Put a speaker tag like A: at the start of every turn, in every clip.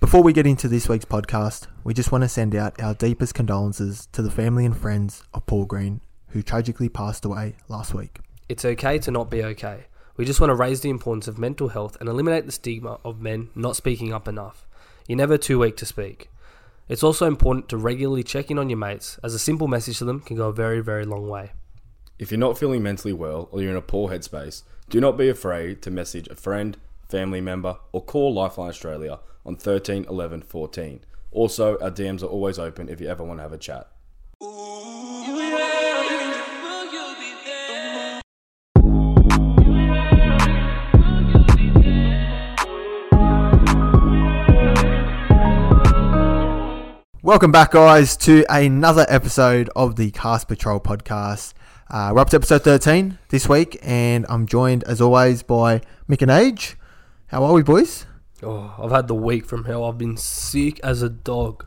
A: Before we get into this week's podcast, we just want to send out our deepest condolences to the family and friends of Paul Green, who tragically passed away last week.
B: It's okay to not be okay. We just want to raise the importance of mental health and eliminate the stigma of men not speaking up enough. You're never too weak to speak. It's also important to regularly check in on your mates, as a simple message to them can go a very, very long way.
C: If you're not feeling mentally well or you're in a poor headspace, do not be afraid to message a friend, family member, or call Lifeline Australia on 13 11 14. Also, our DMs are always open if you ever want to have a chat.
A: Welcome back, guys, to another episode of the Cast Patrol podcast. Uh, we're up to episode 13 this week, and I'm joined, as always, by Mick and Age. How are we, boys?
B: Oh, I've had the week from hell. I've been sick as a dog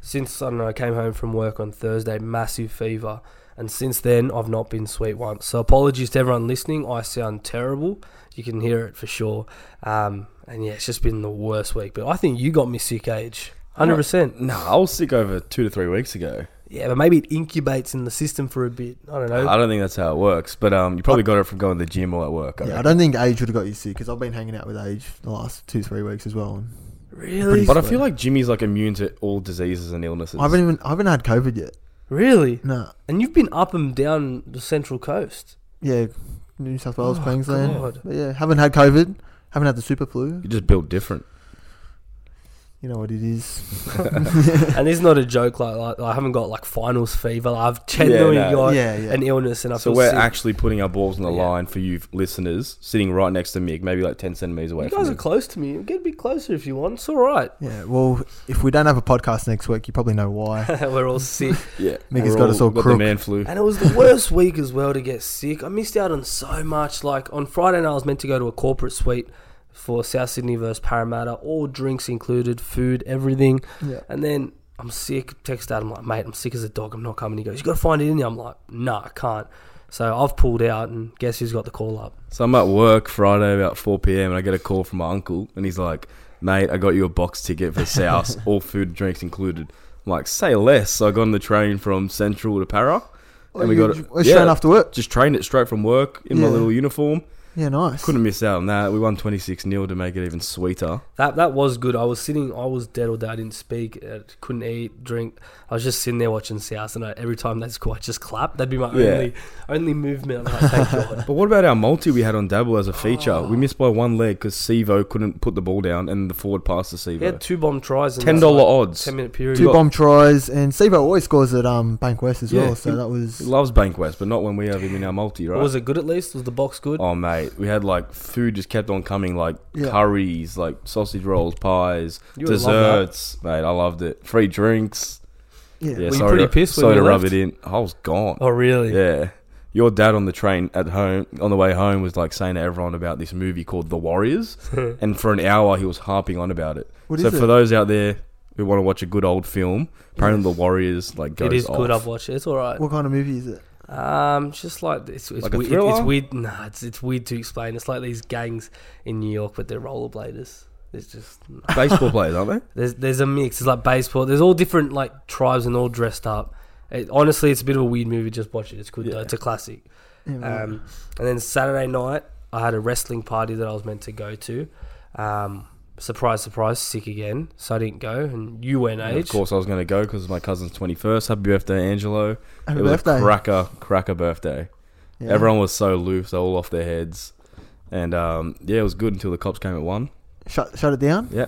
B: since I don't know. I came home from work on Thursday, massive fever, and since then I've not been sweet once. So apologies to everyone listening. I sound terrible. You can hear it for sure. Um, and yeah, it's just been the worst week. But I think you got me sick, age. Hundred percent.
C: No, I was sick over two to three weeks ago.
B: Yeah, but maybe it incubates in the system for a bit. I don't know.
C: I don't think that's how it works, but um, you probably got it from going to the gym or at work. I
A: Yeah, I
C: reckon.
A: don't think Age would have got you sick because I've been hanging out with Age the last two, three weeks as well. and
B: Really?
C: but I feel like Jimmy's like immune to all diseases and illnesses.
A: I haven't even I haven't had COVID yet.
B: Really?
A: No,
B: And you've been up and down the central coast.
A: yeah, New South Wales,
B: Oh,
A: Queensland.
B: God.
A: But yeah, haven't had COVID. Haven't had the super flu.
C: You're just built different.
A: You know what it is.
B: and this is not a joke. Like, like I haven't got like finals fever. Like, I've
C: Yeah,
B: genuinely
C: no.
B: got
A: yeah, yeah.
B: an illness, and I
C: So
B: feel
C: we're
B: sick.
C: actually putting our balls on the
B: Yeah.
C: line for you listeners, sitting right next to Mig, maybe like ten centimeters away.
B: You
C: from
B: guys are
C: him.
B: close to me. Get a bit closer if you want. It's all right.
A: yeah, well, if we don't have a podcast next week, you probably know why.
B: we're all sick,
C: yeah,
A: Mig has
C: We're
A: got us all
C: got the
A: crook.
C: man flu.
B: and it was the worst week as well to get sick. I missed out on so much. Like on Friday night, I was meant to go to a corporate suite for South Sydney versus Parramatta, all drinks included, food, everything.
A: yeah.
B: And then I'm sick. Text Dad. I'm like, mate, I'm sick as a dog. I'm not coming. He goes, you got to find it in you. I'm like, nah, I can't. So I've pulled out, and guess who's got the call up?
C: So I'm at work Friday about 4 p.m. and I get a call from my uncle and he's like, "Mate, I got you a box ticket for South, all food and drinks included." I'm like, "Say less." So I got on the train from Central to Para, and we
A: you-
C: got it.
A: we're straight after work.
C: Just trained it straight from work in my
A: Yeah.
C: little uniform.
A: Yeah, nice.
C: Couldn't miss out on that. We won 26 0 to make it even sweeter.
B: That that was good. I was sitting. I was dead day. I didn't speak. uh, Couldn't eat, drink. I was just sitting there watching South, and I, every time they score, I just clap. That'd be my
C: Yeah.
B: only only movement. I'm like, thank God.
C: But what about our multi we had on Dabble as a feature?
B: Oh.
C: We missed by one leg because Sevo couldn't put the ball down and the forward passed to Sevo.
B: He had two bomb tries. in
C: Ten
B: that,
C: dollar
B: like,
C: odds.
B: Ten minute period.
A: Two
C: got-
A: bomb tries, and Sebo always scores at um, Bank West as
C: Yeah,
A: well. So
C: he-
A: that was
C: He loves Bankwest, but not when we have him in our multi, right?
B: Was it good at least? Was the box good?
C: Oh mate, we had like food just kept on coming, like
A: Yeah.
C: curries, like sausage rolls, pies,
B: You would love that.
C: desserts. Mate, I loved it. Free drinks.
A: yeah.
C: Yeah,
B: you
C: sorry,
B: pretty
C: to,
B: pissed when
C: sorry
B: you
C: to rub
B: left?
C: it in. I was gone.
B: Oh, really?
C: Yeah, your dad on the train at home on the way home was like saying to everyone about this movie called The Warriors, and for an hour he was harping on about it.
A: What
C: so
A: is
C: for
A: it?
C: those out there who want to watch a good old film, apparently The Warriors like goes
B: It is
C: off.
B: good. I've watched it. It's all right.
A: What kind of movie is it?
B: Um, just like it's it's,
C: Like a
B: weird,
C: thriller?
B: it's weird. Nah, it's it's weird to explain. It's like these gangs in New York, but they're rollerbladers. It's just
C: Baseball players, aren't they?
B: There's there's a mix. It's like baseball. There's all different like tribes and all dressed up. It, honestly, it's a bit of a weird movie. Just watch it. It's good though. It's a classic.
A: Mm.
B: Um, and then Saturday night, I had a wrestling party that I was meant to go to. Um, surprise, surprise, sick again, so I didn't go. And you went,
C: And
B: age.
C: Of course, I was going to go because my cousin's 21st. Happy birthday, Angelo.
A: Happy
C: it was
A: birthday.
C: a cracker, cracker birthday.
A: Yeah.
C: Everyone was so loose, they were all off their heads. And um, yeah, it was good until the cops came at one.
A: shut shut it down.
C: Yeah.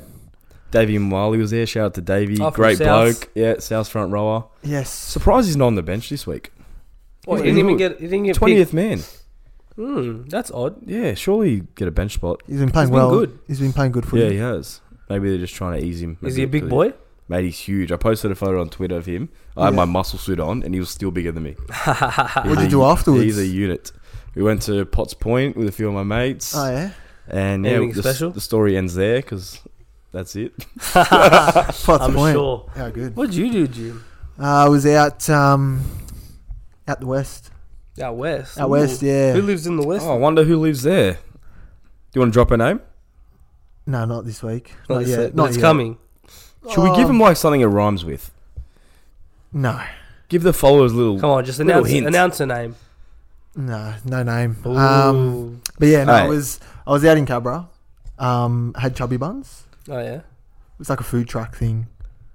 C: Davey Wiley was there. Shout out to Davey.
B: Oh, from
C: Great
B: South.
C: bloke. Yeah, South front rower.
A: Yes.
C: Surprised he's not on the bench this week.
B: Oh, you
C: He
B: didn't even
C: was-
B: get. You didn't get picked.
C: 20th man.
B: Hmm, that's odd.
C: Yeah, surely he'd get a bench spot.
A: He's been playing
B: He's been
A: well.
B: good.
A: He's been playing good footy.
C: Yeah, he has. Maybe they're just trying to ease him.
B: Is he a big
C: bit.
B: boy?
C: Mate, he's huge. I posted a photo on Twitter of him. I had
A: Yeah.
C: my muscle suit on, and he was still bigger than me.
A: What did you
C: He's a-
A: do afterwards?
C: He's a unit. We went to Potts Point with a few of my mates,
A: Oh yeah.
C: and yeah,
B: Anything
C: the,
B: special?
C: the story ends there because that's it.
A: Potts
B: I'm
A: Point.
B: sure.
A: How good.
B: What'd you do, Jim?
A: Uh, I was out um, out the west.
B: Out west.
A: Out west,
B: Ooh.
A: yeah.
B: Who lives in the west?
C: Oh, I wonder who lives there. Do you want to drop a name?
A: No, not this week.
B: Not
A: Not
B: yet,
A: yet.
B: but
A: Not
B: it's
A: yet.
B: coming.
C: Should we
B: Oh.
C: give him like something it rhymes with?
A: No,
C: Give the followers a little.
B: Come on, just
C: Little
B: announce
C: hint.
B: announce a name.
A: no, no name.
B: Ooh.
A: Um, but yeah, no, I
C: Hey.
A: was I was out in Cabra. Um, had chubby buns.
B: oh yeah,
A: It was like a food truck thing.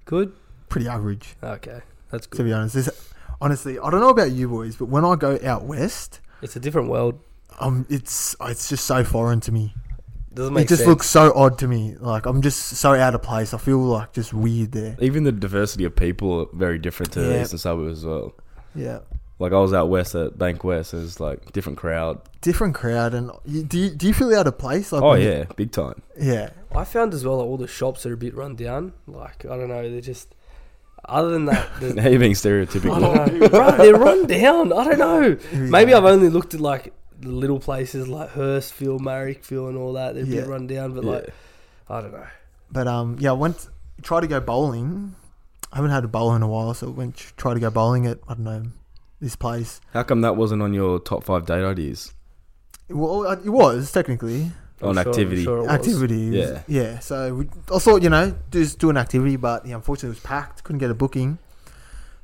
B: good.
A: Pretty average,
B: Okay, that's
A: to
B: good.
A: be honest. This, honestly, I don't know about you boys, but when I go out west,
B: It's a different world.
A: um, it's it's just so foreign to me.
B: Doesn't
A: It
B: make
A: just
B: sense.
A: looks so odd to me. Like I'm just so out of place. I feel like just weird there.
C: Even the diversity of people are very different to the
A: Yeah.
C: eastern suburbs as well.
A: Yeah,
C: Like I was out west at Bank West, there's like different crowd.
A: different crowd. And you, do you, do you feel out of place? Like
C: Oh
A: when you-
C: yeah, big time.
A: yeah.
B: I found as well that all the shops are a bit run down. Like I don't know, they're just other than that. there's-
C: Now you're being
B: I
C: stereotypical.
B: don't know, bro. They're run down. I don't know.
A: Here we
B: Maybe
A: go.
B: I've only looked at like the little places like Hurstville, Marrickville, and all that. They're a
A: Yeah.
B: bit run down, but
C: Yeah.
B: like I don't know.
A: But um, yeah, I went try to go bowling. I haven't had a bowl in a while, so I went tr- try to go bowling at I don't know this place.
C: How come that wasn't on your top five date ideas?
A: Well, uh, it was technically
B: I'm
C: On
B: sure- I'm
C: activity.
B: sure it was.
A: activity. it was-
C: Yeah.
A: yeah. So we, I thought you know just do an activity, but yeah, unfortunately it was packed. Couldn't get a booking,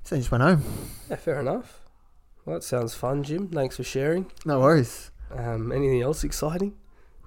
A: so I just went home.
B: Yeah, fair enough. Well, that sounds fun, Jim. Thanks for sharing.
A: No worries.
B: Um, anything else exciting?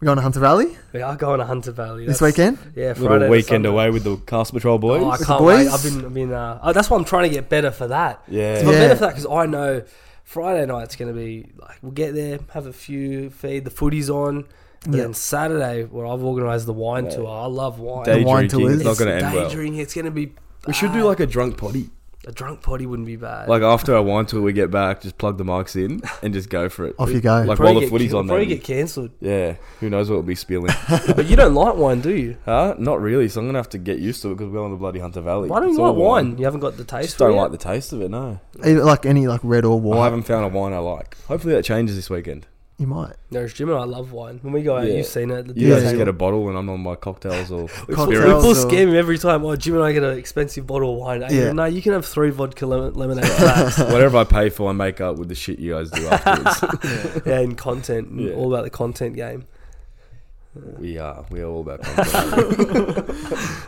A: We're going to Hunter Valley
B: We are going to Hunter Valley
A: this
B: That's-
A: weekend.
B: Yeah,
C: Little
B: Friday to
C: weekend
B: Sunday.
C: away with the Cast Patrol boys.
B: Oh, I
A: the
B: can't wait.
A: boys?
B: I've been, I've been. Uh, oh, that's why I'm trying to get better for that.
C: yeah.
B: I'm
A: Yeah.
B: better for that because I know Friday night's going to be like we'll get there, have a few, feed the footies on, and
A: Yeah.
B: then Saturday where I've organised the wine
C: Yeah.
B: tour. I love wine.
C: Day
A: The wine
C: drinking
A: tours.
C: is not
B: It's
C: going to end
B: day
C: well.
B: drinking. It's going to be.
C: We should do
B: bad.
C: like a drunk potty.
B: a drunk potty wouldn't be bad.
C: Like after our wine tour, we get back, just plug the mics in and just go for it.
A: Off you go.
C: Like
B: Probably
C: while the
B: get
C: footy's
B: can-
C: on,
B: Probably
C: maybe.
B: get cancelled.
C: Yeah, who knows what we'll be spilling?
B: but you don't like wine, do you?
C: huh? Not really. So I'm gonna have to get used to it because we're on the bloody Hunter Valley.
B: Why don't
C: It's
B: you
C: all
B: like wine? You haven't got the
C: I
B: taste.
C: just
B: for
C: don't
B: it
C: like
B: yet?
C: the taste of it. No,
A: Either, like any like red or
C: I
A: white,
C: haven't found a wine I like. Hopefully that changes this weekend.
A: you might.
B: Whereas Jim and I love wine. When we go out,
C: Yeah.
B: you've seen it. at The
A: Yeah.
C: You
B: dinner
C: guys just
B: table.
C: get a bottle when I'm on my cocktails or
B: We full, we
A: Cocktails
B: full
A: or-
B: scam him every time. Oh, Jim and I get an expensive bottle of wine.
A: Yeah.
B: Yeah. No, you can have three vodka lemon, lemonade flats.
C: whatever I pay for. I make up with the shit you guys do afterwards.
B: yeah, and content. and
C: Yeah.
B: All about the content game.
C: we are. We are all about. content.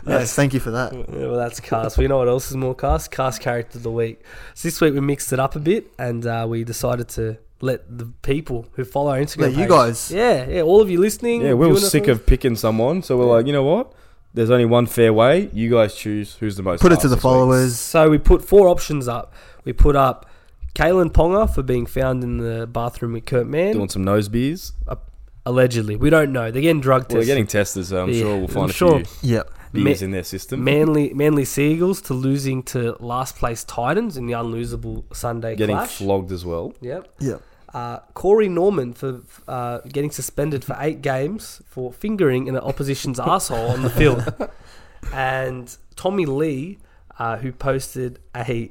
A: Yes, thank you for that.
B: Yeah, well, that's cast. But you know what else is more cast? Cast character of the week. So this week we mixed it up a bit and uh, we decided to let the people who follow our Instagram.
A: Let you
B: page-
A: guys.
B: Yeah, yeah. All of you listening.
C: yeah, we
B: doing
C: were
B: us
C: sick
B: all-
C: of picking someone, so we're like, you know what? There's only one fair way. You guys choose who's the most.
A: Put it to
C: arsed
A: the
C: this week.
A: followers.
B: So we put four options up. We put up Kalen Ponga for being found in the bathroom with Kurt Mann.
C: Doing some nose beers.
B: Allegedly. We don't know. They're getting drug
C: Well, they're
B: tested.
C: getting tested, so I'm
B: Yeah,
C: sure we'll
B: I'm
C: find a
B: sure.
C: few
A: Yep.
C: beers
B: Ma-
C: in their system.
B: Manly Manly Seagulls to losing to last place Titans in the unlosable Sunday
C: Getting
B: clash.
C: flogged as well.
B: yep.
A: Yep.
B: Uh, Corey Norman for uh, getting suspended for eight games for fingering an opposition's asshole on the field, and Tommy Lee, uh, who posted a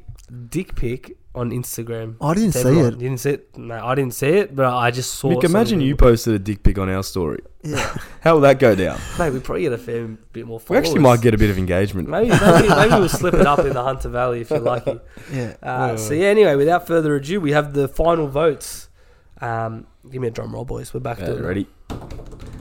B: dick pic on Instagram.
A: Oh, I didn't
B: To
A: see
B: everyone.
A: it.
B: You didn't see it. No, I didn't see it, but I just saw.
C: Mick,
B: some
C: imagine
B: of
C: you
B: it.
C: posted a dick pic on our story.
A: Yeah.
C: How will that go down?
B: Mate, we probably get a fair bit more.
C: We
B: Followers.
C: actually might get a bit of engagement.
B: Maybe, maybe, maybe we'll slip it up in the Hunter Valley if you're lucky.
A: Yeah.
B: Uh, so yeah, anyway, without further ado, we have the final votes. Um, give me a drum roll, boys. We're back
C: Uh,
B: to it. now.
C: ready?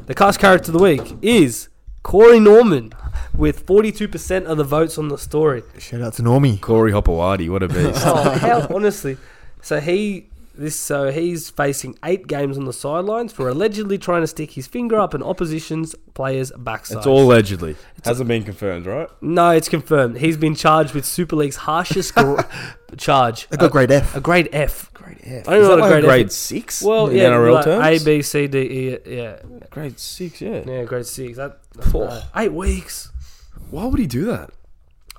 B: The cast character of the week is Corey Norman with 42% of the votes on the story.
A: Shout out to Normie.
C: Corey Hopewadi, what a beast.
B: Oh, hell, honestly. So he this so he's facing eight games on the sidelines for allegedly trying to stick his finger up an opposition's player's backside.
C: it's all allegedly. Hasn't been confirmed, right?
B: No, it's confirmed. He's been charged with Super League's harshest gr- charge.
A: I got grade F.
B: A grade F. Grade F. I don't
C: Is
B: know
C: that
B: what
C: like
B: a grade, F. is.
C: six?
B: Well,
C: in
B: yeah,
C: NRL
B: like
C: terms?
B: A, B, C, D, E. Yeah,
C: grade six, yeah.
B: yeah, grade six. That
C: Four.
B: uh, eight weeks.
C: Why would he do that?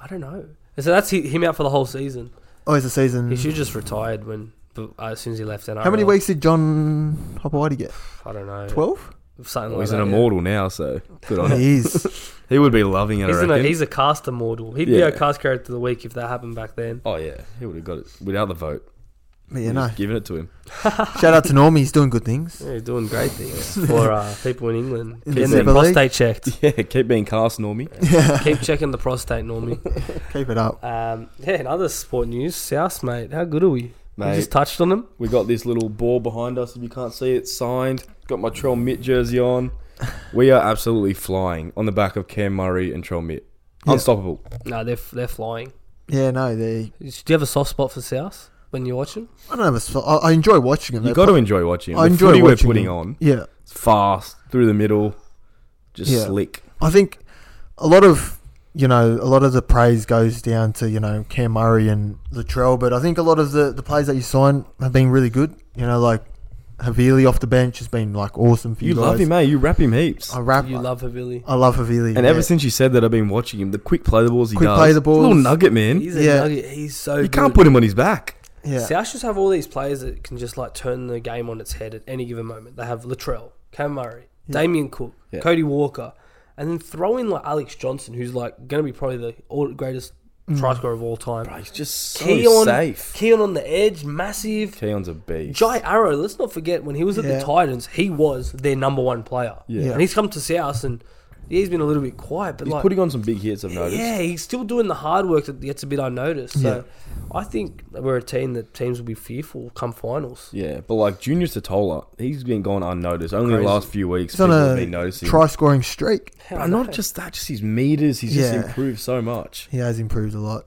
B: I don't know. So that's hi- him out for the whole season.
A: Oh, it's a season.
C: Mm.
B: He should have just retired when but, uh, as soon as he left NRL.
A: How many weeks did John Hopewadi get?
B: I don't know.
A: Twelve.
B: Something
C: Well,
B: like
C: Oh, he's
B: that,
C: an
B: yeah.
C: immortal now, so good on him.
A: He is.
C: He would be loving it,
B: He's,
C: I
B: an,
C: reckon.
B: he's a cast immortal. He'd be
C: Yeah.
B: our cast character of the week if that happened back then.
C: oh, yeah. He would have got it without the vote.
A: But
C: Yeah,
A: yeah, no.
C: Giving it to him.
A: Shout out to Normie. He's doing good things.
B: Yeah, he's doing great things for uh, people in England.
A: In the
B: Getting their
A: Super League.
B: prostate checked.
C: Yeah, keep being cast, Normie.
B: Keep checking the prostate, Normie.
A: Keep it up.
B: Um, yeah, and other sport news. South, mate. How good are we? We
C: Mate.
B: just touched on them.
C: We got this little ball behind us. If you can't see it, signed. Got my Trell Mitt jersey on. We are absolutely flying on the back of Cam Murray and Trell Mitt. Unstoppable.
B: No, they're f- they're flying.
A: Yeah, no, they.
B: Do you have a soft spot for South when you're watching?
A: I don't have a. sp- I, I enjoy watching them.
C: You
A: They
C: got to
A: play-
C: enjoy watching.
A: I
C: the
A: enjoy
C: footy
A: watching
C: we're putting
A: them.
C: on.
A: Yeah,
C: It's fast through the middle, just
A: Yeah.
C: slick.
A: I think a lot of you know a lot of the praise goes down to you know Cam Murray and Latrell, but I think a lot of the the players that you sign have been really good. You know, like Havili off the bench has been like awesome for you,
C: You love
A: guys.
C: him, eh? You rap him heaps.
A: I rap.
B: You love Havili.
A: I love Havili.
C: and ever since you said that, I've been watching him. The quick play the balls he
A: Quick
C: does.
A: play the balls.
C: Little nugget, man.
B: He's a
A: Yeah.
B: nugget. He's so.
C: you
B: good.
C: can't put him on his back.
A: yeah,
B: South just have all these players that can just like turn the game on its head at any given moment. They have Latrell, Cam Murray,
A: Yeah.
B: Damien Cook,
C: Yeah.
B: Cody Walker, and then throw in like Alex Johnson, who's like going to be probably the all- greatest try scorer of all time.
C: Mm. Bro, he's just so
B: Keon,
C: safe.
B: Keon on the edge, massive.
C: Keon's a beast.
B: Jai Arrow. Let's not forget when he was at
A: Yeah.
B: the Titans, he was their number one player.
C: Yeah.
B: and he's come to South and he's been a little bit quiet, but
C: He's
B: like
C: putting on some big hits, I've noticed.
B: yeah, he's still doing the hard work that gets a bit unnoticed. So I think we're a team that teams will be fearful come finals.
C: Yeah, but like Junior Satola, he's been gone unnoticed. Only
B: Crazy.
C: the last few weeks
A: he's on
C: people have been
A: a
C: noticing.
A: try scoring streak.
B: Hell
C: but
B: no.
C: not just that, just his meters. He's just
A: Yeah.
C: improved so much.
A: He has improved a lot.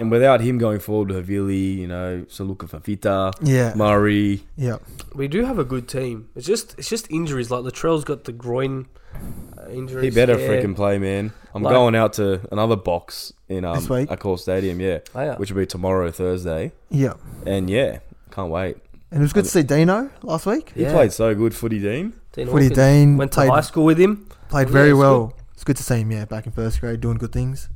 C: And without him going forward with Havili, you know, Saluka Fafita,
A: Yeah,
C: Murray,
A: yeah,
B: we do have a good team. It's just it's just injuries. Like Latrell's got the groin uh, injury.
C: he better
B: yeah.
C: freaking play, man. I'm
B: Like-
C: going out to another box in um,
A: This week?
C: Accor Stadium, yeah,
B: Oh, yeah.
C: which will be tomorrow, Thursday.
A: yeah.
C: And yeah, can't wait.
A: And it was good to see Dino last week.
C: He
B: Yeah.
C: played so good, footy Dean.
B: Dean
A: Footy
B: Hawkins
A: Dean
B: went to
A: played
B: high school with him.
A: played
B: Yeah,
A: very
B: it's
A: well. It's good to see him. Yeah, back in first grade, doing good things.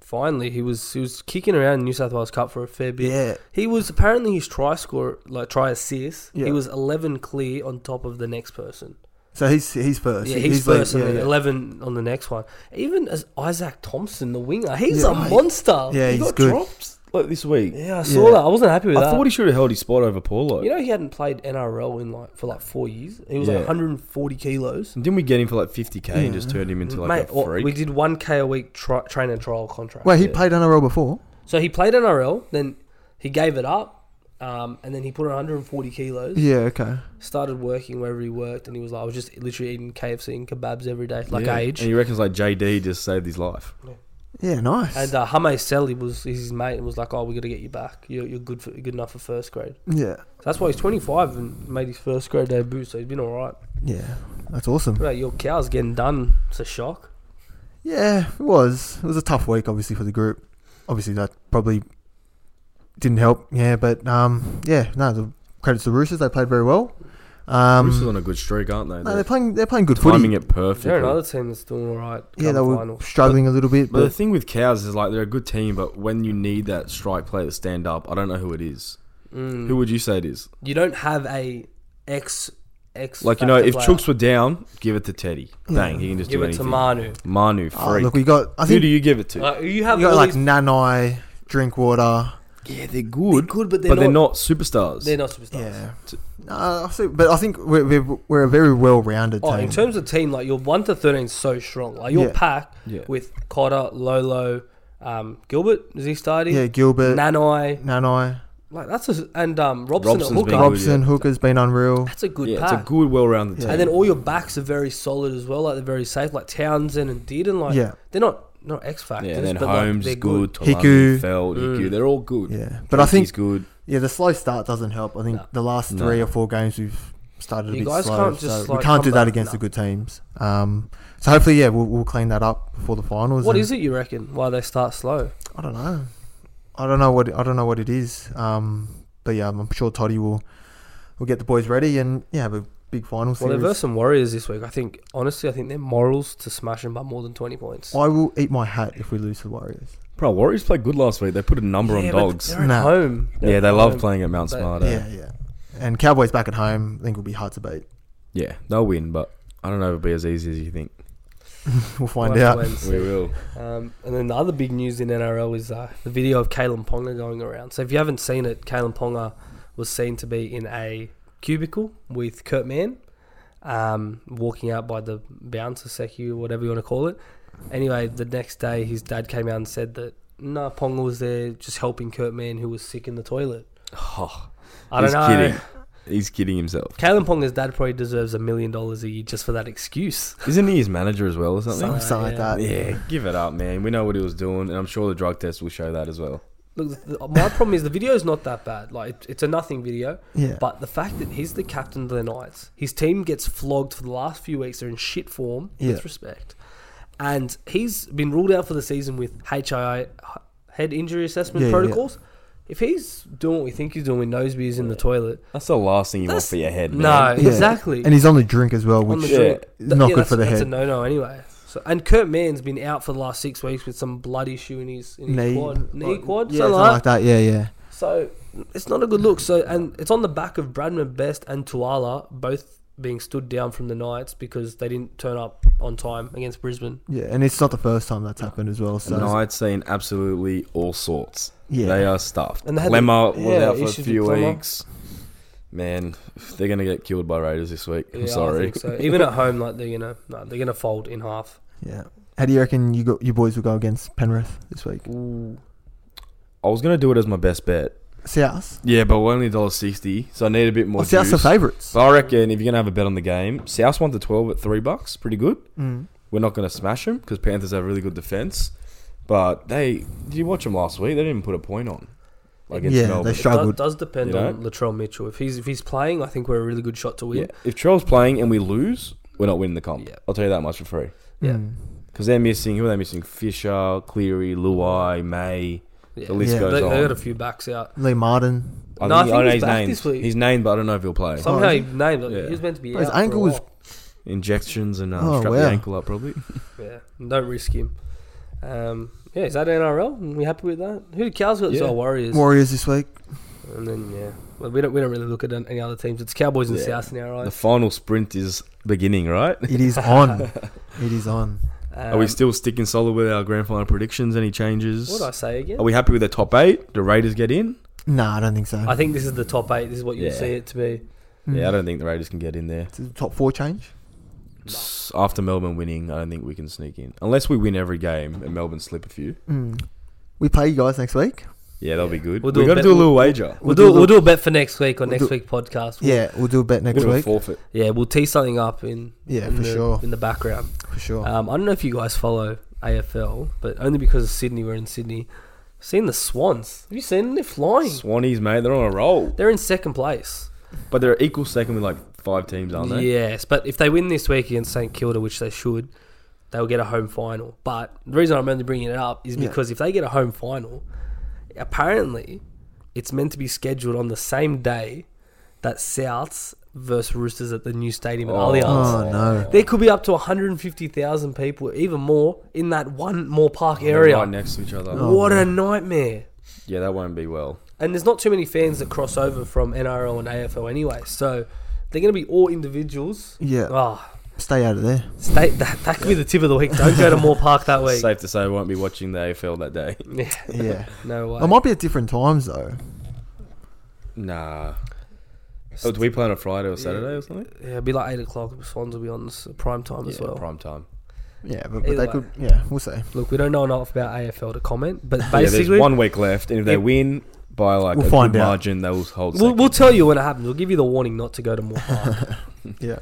B: Finally, he was he was kicking around in New South Wales Cup for a fair bit.
A: Yeah,
B: He was apparently his try score, like try assist.
A: Yeah.
B: He was eleven clear on top of the next person.
A: so he's he's first.
B: Yeah, he's,
A: like-
B: first, and
A: yeah,
B: then
A: yeah.
B: eleven on the next one. Even as Isaac Thompson, the winger, he's
A: Yeah.
B: a monster.
A: Yeah,
C: he
A: he's
C: got
A: good.
C: dropped like this week.
B: Yeah, I saw
A: Yeah.
B: that. I wasn't happy with
C: I
B: that.
C: thought he should have held his spot over Paulo.
B: you know, he hadn't played NRL in like for like four years. He was
C: Yeah.
B: like 140 kilos.
C: And didn't we get him for like 50k and just
A: Yeah.
C: turn him into like
B: Mate,
C: a
B: what-
C: freak?
B: we did 1k a week tri- train and trial contract.
A: Wait, he
C: Yeah.
A: played NRL before.
B: So he played NRL, then he gave it up, um, and then he put on 140 kilos.
A: Yeah, okay.
B: Started working wherever he worked, and he was like, I was just literally eating KFC and kebabs every day, like
C: Yeah.
B: age.
C: And he reckons like JD just saved his life.
A: Yeah, nice.
B: And uh, Hame Selly was his mate and was like, "Oh, we got to get you back. You're, you're good for good enough for first grade."
A: yeah,
B: So that's why he's 25 and made his first grade debut. So he's been all right.
A: yeah, that's awesome.
B: Right, your cow's getting done. It's a shock.
A: Yeah, it was. It was a tough week, obviously, for the group. Obviously, that probably didn't help. Yeah, but um, yeah, no. The credits to the Roosters. They played very well. Um,
C: Roosters on a good streak, aren't they?
A: no,
C: They're
A: they're playing. They're playing good
C: timing
A: footy.
C: it perfectly.
B: They're another team that's doing all right.
A: Yeah,
B: come
A: they were
B: finals.
A: struggling a little bit,
C: But the
A: but
C: thing with cows is like they're a good team, but when you need that strike player to stand up, I don't know who it is.
B: Mm.
C: Who would you say it is?
B: you don't have a ex ex
C: Like you know,
B: factor
C: if
B: player.
C: Chooks were down, give it to Teddy. Bang,
A: Yeah.
C: he can just
B: give
C: do
B: it
C: anything.
B: to Manu.
C: Manu,
A: oh,
C: freak.
A: look, we got. I
C: who
A: think
C: do
A: you
C: you give it to?
B: Like, Uh, you have
A: got
B: all
A: like
B: these
A: Nanai, Drinkwater.
C: yeah, they're good,
B: good, but
C: but
B: they're not.
C: they're not superstars.
B: They're not superstars.
A: Yeah, no, I see, but I think we're, we're, we're a very well-rounded
B: Oh,
A: team.
B: in terms of team, like your one to thirteen is so strong. Like your
A: Yeah.
B: pack
C: Yeah.
B: with Cotter, Lolo, um, Gilbert is he starting?
A: yeah, Gilbert,
B: Nanai,
A: Nanai,
B: like that's a, and um, Robson at
C: Robson's
B: hooker.
C: been good.
A: Robson, Hooker's been unreal.
B: That's a good
C: yeah,
B: pack.
C: it's a good, well-rounded team.
B: and then all your backs are very solid as well. Like they're very safe. Like Townsend and Dearden, like
A: Yeah.
B: they're not not X factors.
C: yeah, and then
B: but like,
C: Holmes,
B: they're Mm.
C: good.
A: Hiku.
C: Hiku, Feld, Hiku, they're all good.
A: Yeah, but I think
C: he's good.
A: yeah, the slow start doesn't help. I think
B: No.
A: the last
C: No.
A: three or four games we've started a
B: You
A: bit
B: guys
A: slow.
B: can't just,
A: so we
B: like,
A: can't do
B: come
A: that
B: back-
A: against the
B: no.
A: good teams. Um, so hopefully, yeah, we'll, we'll clean that up before the finals.
B: What
A: and-
B: is it you reckon? Why they start slow?
A: I don't know. I don't know what I don't know what it is. Um, but yeah, I'm sure Toddy will will get the boys ready and yeah, have a big final
B: Well, they're
A: series.
B: versus some Warriors this week. I think honestly, I think their morals to smash them by more than twenty points.
A: I will eat my hat if we lose to the Warriors.
C: Bro, Warriors played good last week. They put a number
B: Yeah,
C: on
B: but
C: dogs.
B: They're at
A: Nah.
B: home. They're
C: Yeah,
B: at
C: they love
B: home.
C: playing at Mount
B: But-
C: Smart. eh?
A: Yeah, yeah. And Cowboys back at home, I think will be hard to beat.
C: Yeah, they'll win, but I don't know if it'll be as easy as you think.
A: We'll find
B: Well,
A: out.
B: Wednesday.
C: will.
B: Um, and then the other big news in NRL is uh, the video of Kalen Ponga going around. So if you haven't seen it, Kalen Ponga was seen to be in a cubicle with Kurt Mann, um, walking out by the bouncer, secu, whatever you want to call it. Anyway, the next day his dad came out and said that no, nah, Ponga was there just helping Kurt Mann who was sick in the toilet.
C: Oh,
B: I don't
C: He's
B: know.
C: kidding. He's kidding himself.
B: Kalen Ponga's dad probably deserves a million dollars a year just for that excuse.
C: Isn't he his manager as well or
A: Something like
C: something?
B: yeah.
A: that.
C: Yeah, give it up, man. We know what he was doing, and I'm sure the drug test will show that as well.
B: Look, the, my problem is the video's not that bad. Like it, it's a nothing video,
A: Yeah.
B: but the fact that he's the captain of the Knights, his team gets flogged for the last few weeks. They're in shit form,
A: Yeah.
B: with respect, and he's been ruled out for the season with HII h- head injury assessment
A: Yeah, yeah, yeah.
B: protocols. If he's doing what we think he's doing with nosebeers in the toilet,
C: That's the last thing you want
B: That's-
C: for your head, man.
B: no,
A: Yeah.
B: exactly.
A: And he's on the drink as well, which uh,
B: the
A: is
B: drink.
A: not
B: yeah,
A: good for the
B: that's-
A: head.
B: That's a no-no anyway. So, and Kurt Mann's been out for the last six weeks with some blood issue in his, in his
A: Knee.
B: quad, knee
A: Like-
B: quad,
A: Yeah,
B: something
A: something
B: like that.
A: like that. Yeah, yeah.
B: So it's not a good look. So and it's on the back of Bradman Best and Tuala both being stood down from the Knights because they didn't turn up on time against Brisbane.
A: Yeah, and it's not the first time that's happened as well. So
C: And I'd seen absolutely all sorts.
A: Yeah.
C: They are stuffed.
B: And
C: And
B: they had
C: Lemma
B: the-
C: was
B: yeah,
C: out for a
B: issues with
C: few
B: Lemma.
C: weeks. Man, they're going to get killed by Raiders this week.
B: Yeah, I
C: I'm sorry.
B: think so. Even at home, like they're you know, no, they're gonna fold in half.
A: yeah, how do you reckon you go, you boys will go against Penrith this week?
C: I was going to do it as my best bet.
A: South.
C: Yeah, but we're only $1.60, so I need a bit more
A: Well, South's the
C: juice.
A: favourites.
C: So I reckon if you're going to have a bet on the game, South one to 12 at 3 bucks. Pretty good.
A: Mm.
C: We're not going to smash them because Panthers have really good defense. But they, did you watch them last week? They didn't even put a point on against
A: Yeah, they
C: Melbourne.
B: It does,
A: Struggled.
B: does depend
C: You know?
B: on Latrell Mitchell. If he's if he's playing, I think we're a really good shot to
C: Yeah.
B: win.
C: If Trell's playing and we lose, we're not winning the comp.
B: Yeah.
C: I'll tell you that much for free.
B: Yeah.
A: Mm.
C: Because they're missing, who are they missing? Fisher, Cleary, Luai, May.
B: Yeah.
C: The list
A: Yeah.
C: goes
B: They,
C: on.
B: they got a few backs out.
A: Lee Martin.
B: No, I think he's
C: his
B: back
C: name.
B: this week.
C: He's named, but I don't know if he'll play.
A: Some-
B: Somehow
A: Oh, is
B: he named it.
C: Yeah.
B: He was meant to be
A: Bro, his
B: out for a
A: ankle was-
B: while.
C: Injections and uh,
A: Oh,
C: strap
A: wow.
C: the ankle up, probably.
B: Yeah, don't risk him. Um, yeah, is that NRL? Are we happy with that? Who the cows got? It's
C: Yeah.
B: our Warriors.
A: Warriors this week.
B: And then yeah, well, we don't we don't really look at any other teams. It's Cowboys and
C: Yeah.
B: South in our
C: The
B: eyes.
C: final sprint is beginning, right?
A: It is on. it is on.
B: Um,
C: Are we still sticking solid with our grand final predictions? Any changes?
B: What did I say again?
C: Are we happy with the top eight? The Raiders get in?
A: Nah, I don't think so.
B: I think this is the top eight. This is what you
C: Yeah.
B: see it to be.
A: Mm.
B: Hmm.
C: Yeah, I don't think the Raiders can get in there.
A: It's a top four change.
C: S- After Melbourne winning, I don't think we can sneak in. Unless we win every game and Melbourne slip a few.
A: Mm. We play you guys next week.
C: Yeah, that'll be good.
B: We'll
C: We'll
B: do
C: we
B: a
C: got to
B: bet-
C: do a little wager.
B: We'll,
A: We'll
B: do,
A: do the-
B: we'll do a bet for next week on
A: We'll
B: next
A: do-
B: week podcast. We'll,
A: Yeah, we'll do a bet next
C: We'll
A: week
C: forfeit.
B: yeah, we'll tee something up in
A: Yeah,
B: in
A: for
B: the,
A: sure. Oh.
B: in the background.
A: for sure.
B: Um, I don't know if you guys follow AFL, but only because of Sydney, we're in Sydney. Seen the Swans? Have you seen them? They're flying.
C: Swannies, mate, they're on a roll.
B: They're in second place.
C: But they're equal second with like five teams, aren't they?
B: Yes, but if they win this week against St Kilda, which they should, they'll get a home final. But the reason I'm only bringing it up is
A: Yeah.
B: because if they get a home final, apparently it's meant to be scheduled on the same day that Souths versus Roosters at the new stadium at Allianz.
A: Oh, no.
B: There could be up to 150,000 people, even more, in that one more park area. Oh.
C: Right next to each other.
B: what
A: Oh,
B: a nightmare.
C: Yeah, that won't be well.
B: And there's not too many fans that cross over from NRL and AFL anyway. So they're going to be all individuals.
A: yeah,
B: Ah.
A: stay out of there.
B: Stay, that, that could be the tip of the week. Don't go to Moore Park that week.
C: Safe to say, I won't be watching the AFL that day.
B: Yeah,
A: Yeah,
B: no way.
A: it might be at different times though.
C: Nah. Oh, do we play on a Friday or Saturday or something?
B: yeah, it'd be like 8 o'clock. The Swans will be on s- prime time as
C: Yeah,
B: well.
C: prime time.
A: Yeah, but, but
B: Either
A: they
B: way.
A: could. Yeah, we'll see.
B: Look, we don't know enough about AFL to comment, but
C: yeah,
B: basically,
C: there's one week left, and if they
B: Yeah.
C: win by like
A: We'll
C: a
A: find
C: good
A: out.
C: margin, they will hold.
B: we'll,
C: Second.
B: we'll tell you when it happens. We'll give you the warning not to go to Moore Park.
A: Yeah,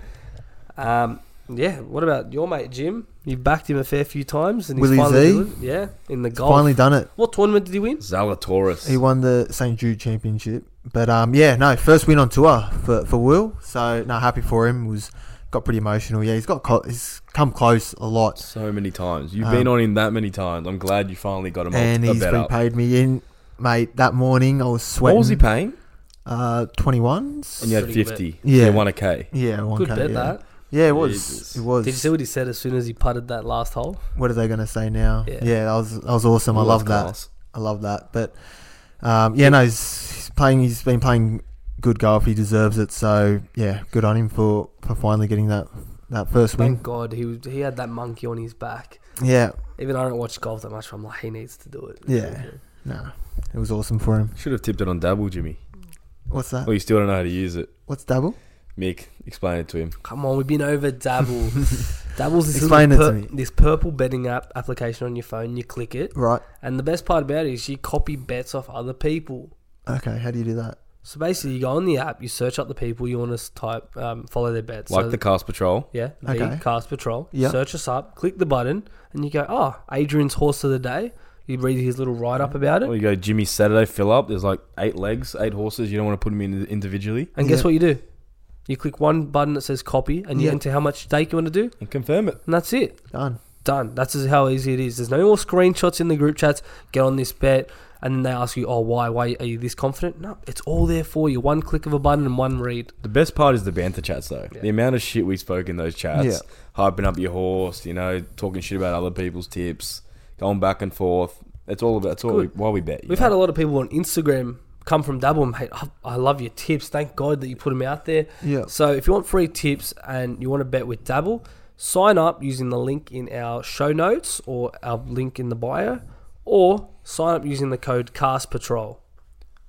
B: um, yeah, what about your mate, Jim? You've backed him a fair few times. and he's
A: Willie
B: finally
A: Z?
B: doing it. Yeah, in the golf.
A: finally done it.
B: What tournament did he win?
C: Zalatoris.
A: He won the St Jude Championship, but um, yeah, no, first win on tour for, for Will. So no, happy for him. Was got pretty emotional. Yeah, he's got co- he's come close a lot,
C: so many times. You've
A: Um,
C: been on him that many times. I'm glad you finally got him
A: and
C: a
A: he's
C: bet up.
A: repaid me in, mate. That morning I was
C: What
A: sweating.
C: was he paying?
A: Uh, twenty ones.
C: And you had
B: Pretty bet.
C: 50.
A: Yeah.
C: Yeah. won a K.
A: Yeah, one
B: Good
A: K,
B: bet
A: yeah.
B: that.
A: Yeah, it was.
C: Jesus.
A: It was.
B: Did you see what he said as soon as he putted that last hole?
A: what are they going to say now?
B: Yeah.
A: Yeah, that was that was awesome. I
C: Well,
A: love
C: that's
A: that.
C: class.
A: I love that. But um, yeah, no, he's, he's playing. He's been playing good golf. He deserves it. So yeah, good on him for, for finally getting that that first
B: Thank
A: win.
B: God he was, he had that monkey on his back.
A: Yeah,
B: Even I don't watch golf that much, I'm like, he needs to do it.
A: Yeah. no, it was awesome for him.
C: Should have tipped it on double, Jimmy.
A: What's
C: Well,
A: that?
C: you still don't know how to use it.
A: What's double?
C: Mick, explain it to him.
B: Come on, we've been over Dabble. Dabble's this,
A: Explain
B: little
A: it to
B: pur- this purple betting app application on your phone. You click it,
A: Right.
B: and the best part about it is you copy bets off other people.
A: Okay. How do you do that?
B: So basically, you go on the app, you search up the people you want to type, um, follow their bets.
C: Like
B: so
C: the Cast Patrol.
B: Yeah, the
A: Okay.
B: Cast Patrol.
A: Yeah.
B: Search us up, click the button, and you go, oh, Adrian's horse of the day. You read his little write up about it.
C: Well, you go Jimmy Saturday fill up. There's like eight legs, eight horses. You don't want to put them in individually
B: And guess
A: Yeah.
B: what you do? You click one button that says copy, and you
A: Yeah.
B: enter how much stake you want to do,
C: and confirm it.
B: and that's it.
A: Done.
B: Done. That's just how easy it is. There's no more screenshots in the group chats. Get on this bet, and then they ask you, oh, why? Why are you this confident? No, it's all there for you. One click of a button and one read.
C: The best part is the banter chats, though.
B: Yeah.
C: The amount of shit we spoke in those chats,
A: Yeah.
C: hyping up your horse, you know, talking shit about other people's tips, going back and forth. That's all about. That's all we,
B: Good.
C: why we bet. you
B: We've
C: know?
B: had a lot of people on Instagram come from Dabble, mate. I, I love your tips. Thank God that you put them out there.
A: Yeah.
B: So if you want free tips and you want to bet with Dabble, sign up using the link in our show notes or our link in the bio, or sign up using the code Cast Patrol.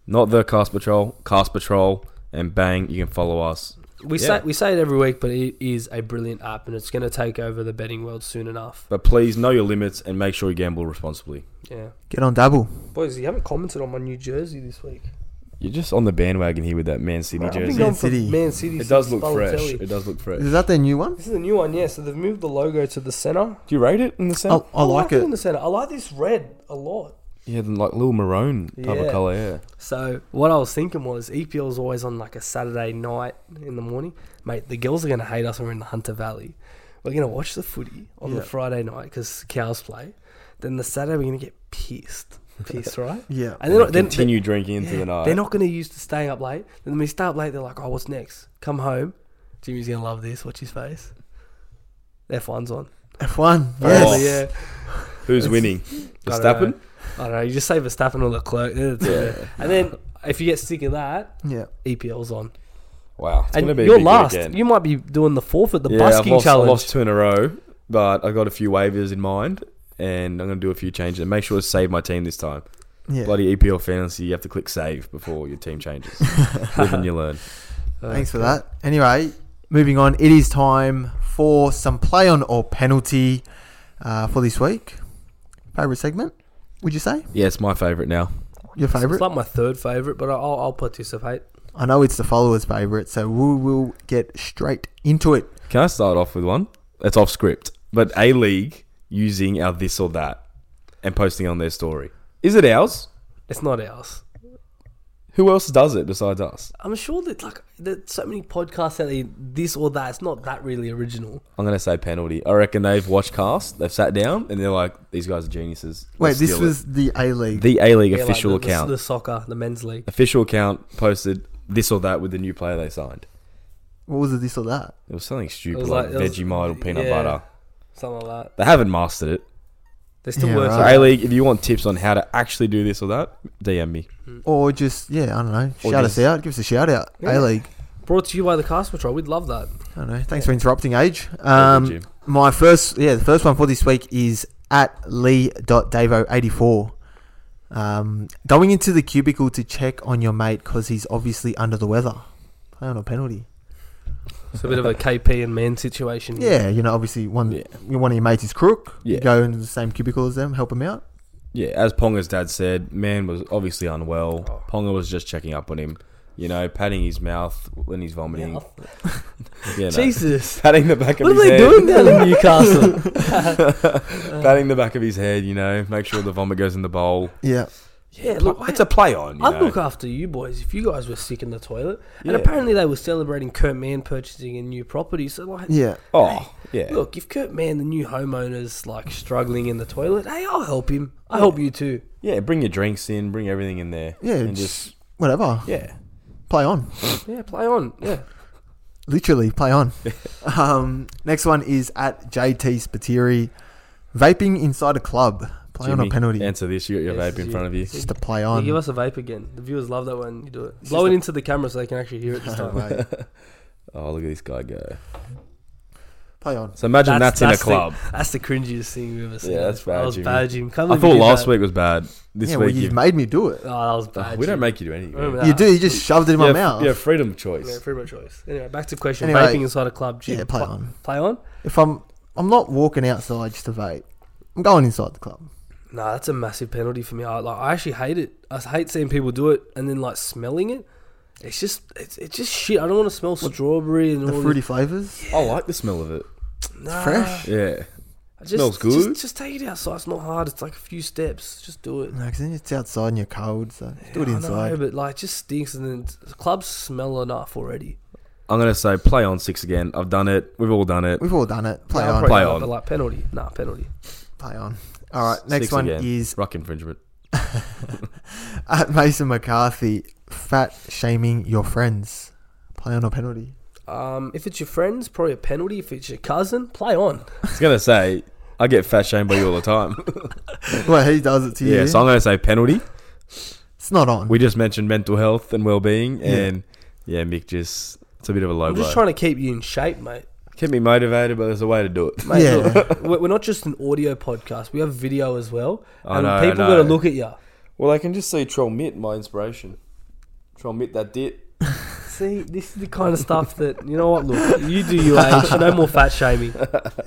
C: not the Cast Patrol, Cast Patrol, and bang, you can follow us.
B: We
C: Yeah.
B: say we say it every week, but it is a brilliant app, and it's going to take over the betting world soon enough.
C: But please know your limits and make sure you gamble responsibly.
B: Yeah,
A: Get on Dabble.
B: boys, you haven't commented on my new jersey this week.
C: You're just on the bandwagon here with that Man City
B: I've been
C: jersey.
B: going
A: Man
B: for
A: City.
B: Man City.
C: It does
B: since
C: look fresh.
B: Balotelli.
C: It does look fresh.
A: Is that their new one?
B: This is the new one, yeah. So they've moved the logo to the center.
C: Do you rate it in the
A: I,
C: center?
B: Oh.
A: Oh, I like
B: in
A: it.
B: the center. I like this red a lot.
C: Yeah, then like little maroon type
B: Yeah.
C: of color. Yeah.
B: So what I was thinking was EPL is always on like a Saturday night in the morning, mate. The girls are gonna hate us. when We're in the Hunter Valley. We're gonna watch the footy on
A: Yeah.
B: the Friday night because cows play. Then the Saturday we're gonna get pissed, pissed, right?
A: Yeah.
B: And they're not, then
C: continue drinking into
B: yeah,
C: the night.
B: They're not gonna use to staying up late. Then when we stay up late, they're like, "Oh, what's next? Come home." Jimmy's gonna love this. Watch his face. F1's on.
A: F1.
C: Yes.
B: Oh,
A: Yes.
B: yeah.
C: Who's winning?
B: I don't
C: Verstappen.
B: know. I don't know. You just say Verstappen or Leclerc. Yeah. that's it. And then if you get sick of that,
A: Yeah.
B: EPL's on.
C: Wow, it's gonna
B: and
C: be
B: you're
C: a big
B: last.
C: Weekend.
B: You might be doing the forfeit, the
C: yeah,
B: busking
C: I've lost,
B: challenge.
C: I lost two in a row, but I got a few waivers in mind, and I'm gonna do a few changes and make sure to save my team this time.
A: Yeah.
C: Bloody EPL fantasy, you have to click save before your team changes. Live and you learn.
B: Uh,
A: Thanks for that. Anyway, moving on. It is time for some play on or penalty uh, for this week. Favorite segment? Would you say
C: Yeah, it's my favorite now.
A: your
B: It's-
A: favorite?
B: It's like my third favorite, but I'll, I'll participate.
A: I know it's the followers' favorite, so we will get straight into it.
C: Can I start off with one? It's off script, but A League using our this or that and posting on their story. Is it ours?
B: It's not ours.
C: Who else does it besides us?
B: I'm sure that like there's so many podcasts out there, this or that. It's not that really original.
C: I'm gonna say penalty. I reckon they've watched cast, they've sat down, and they're like, "These guys are geniuses."
A: Wait,
C: Let's
A: this
C: steal it."
A: was the A League.
C: the A League
B: Yeah, like
C: official
B: the- the-
C: account.
B: the, soccer, the men's league.
C: official account posted this or that with the new player they signed.
A: What was it? This or that?
C: It was something stupid
B: It was
C: like,
B: like- it was-
C: Vegemite or peanut
B: yeah.
C: butter.
B: Something like that.
C: They haven't mastered it.
B: They're still
A: Yeah,
B: working.
C: So
A: right.
C: A League, if you want tips on how to actually do this or that, DM me.
A: Or just yeah, I don't know.
C: Or
A: Shout
C: just-
A: us out. Give us a shout out.
B: Yeah.
A: A League.
B: Brought to you by the Cast Patrol. We'd love that.
A: I don't know. Thanks for interrupting, Age.
C: Thank
A: Um,
C: you, Jim.
A: my first, yeah, the first one for this week is at lee.davo84. Um, going into the cubicle to check on your mate because he's obviously under the weather. Play on a penalty.
B: It's a bit of a KP and man situation.
A: Yeah, you know, obviously one
C: Mm. Yeah.
A: one of your mates is crook.
C: Yeah.
A: You go into the same cubicle as them, help him out.
C: Yeah, as Ponga's dad said, man was obviously unwell.
B: Oh.
C: Ponga was just checking up on him, you know, patting his mouth when he's vomiting.
B: Mouth.
C: Yeah, no.
B: Jesus.
C: Patting the back of
B: What
C: his
B: are they
C: head.
B: doing Uh. down in Newcastle?
C: patting the back of his head, you know, make sure the vomit goes in the bowl.
A: Yeah.
B: Yeah, look,
C: it's a play on. You
B: I'd
C: know.
B: look after you boys if you guys were sick in the toilet. And
C: Yeah.
B: apparently they were celebrating Kurt Mann purchasing a new property. So like,
A: Yeah.
C: oh, yeah.
B: look, if Kurt Mann, the new homeowner's like struggling in the toilet, hey, I'll help him. I help you too.
C: Yeah, bring your drinks in, bring everything in there.
A: Yeah.
C: and
A: just,
C: just
A: whatever.
C: yeah.
A: Play on.
B: Yeah, play on. Yeah,
A: Literally, play on. um, next one is at JT Spatiri. Vaping inside a club. Play on
C: Jimmy,
A: a penalty.
C: Answer this. You got your
B: Yes,
C: vape in
B: you-
C: front of you.
A: Just to play
B: Yeah,
A: on.
B: give us a vape again. The viewers love that when you do it.
A: It's
B: Blow
A: just
B: it
A: a-
B: into the camera so they can actually hear it this
A: Oh,
B: time.
A: mate.
C: Oh, look at this guy go.
A: Play on.
C: So imagine that's, in a
B: the-
C: club.
B: that's the cringiest thing we've ever seen.
C: that's bad,
B: That was
C: Jimmy.
B: bad, Jim. Can't
C: I
B: believe
C: thought
B: you did
C: last
B: that.
C: week was bad. This
A: yeah, well,
C: week
A: you've
C: you've,
A: made me do it.
B: Oh, that was bad.
C: Oh, we don't
B: Jim.
C: make you do anything.
B: Remember
C: man.
B: that?
A: You do. You just shoved it in my
C: yeah,
A: mouth.
C: yeah, freedom of
B: Yeah,
C: choice.
B: free much choice. Anyway, back to question.
A: Anyway,
B: Vaping inside a club, Jim.
A: yeah, play
B: Pla-
A: on.
B: Play on?
A: If I'm, I'm not walking outside just to vape. I'm going inside the club.
B: Nah, that's a massive penalty for me. I like I actually hate it. I hate seeing people do it and then like smelling it. It's just it's, it's just shit. I don't want to smell strawberry and
A: The
B: all
A: fruity flavors.
C: I like the smell of it.
B: this- Nah.
A: fresh.
C: Yeah.
B: I Just,
C: Smells good.
B: Just, just take it outside. It's not hard. It's like a few steps. Just do it.
A: No, because then it's outside and you're cold, so just do it
B: Yeah, I
A: inside.
B: know, but like, it just stinks, and then it's- clubs smell enough already.
C: I'm gonna say play on six again. I've done it. We've all done it.
A: We've all done it. Play
B: Nah,
A: on,
B: probably
C: Play
B: not,
C: on.
B: But like penalty, nah, penalty.
A: play on. All right, next
C: Six
A: one
C: again.
A: is
C: Ruck infringement.
A: at Mason McCarthy. Fat shaming your friends. Play on or penalty.
B: Um, if it's your friends, probably a penalty. If it's your cousin, play on.
C: I was gonna say I get fat shamed by you all the time.
A: Well, he does it to you.
C: yeah. So I'm gonna say penalty.
A: it's not on.
C: We just mentioned mental health and well being, and yeah, Mick just it's a bit of a low
B: I'm
C: blow.
B: just trying to keep you in shape, mate.
C: Keep me motivated, but there's a way to do it.
B: Mate,
A: Yeah.
B: look, we're we're not just an audio podcast. We have video as well,
C: I
B: and
C: know, I
B: people
C: know.
B: got to look at you.
C: Well, I can just see Troll Mitt, my inspiration. Troll Mitt that dit.
B: See, this is the kind of stuff that you know. What look, you do your age. No more fat shaming.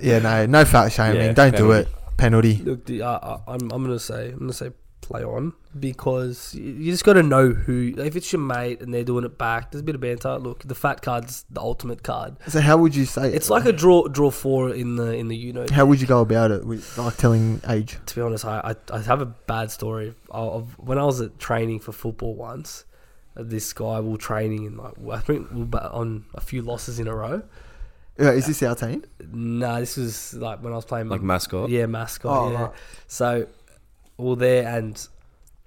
A: yeah, no, no fat shaming.
C: Yeah,
A: Don't do
C: penalty.
A: it. Penalty.
B: Look, the, uh, uh, I'm I'm gonna say I'm gonna say play on because you, you just got to know who. If it's your mate and they're doing it back, there's a bit of banter. Look, the fat card's the ultimate card.
A: So how would you say?
B: It's like a draw draw four in the in the you know.
A: How would you go about it? With, like telling age.
B: To be honest, I, I, I have a bad story of, of when I was at training for football once. uh, This guy we were training in like I think we were ba- on a few losses in a row.
A: Yeah, Uh, Is this our team?
B: Nah, this was like when I was playing
C: Like mascot.
B: Yeah, mascot.
A: Oh,
B: yeah.
A: right.
B: So we are there, and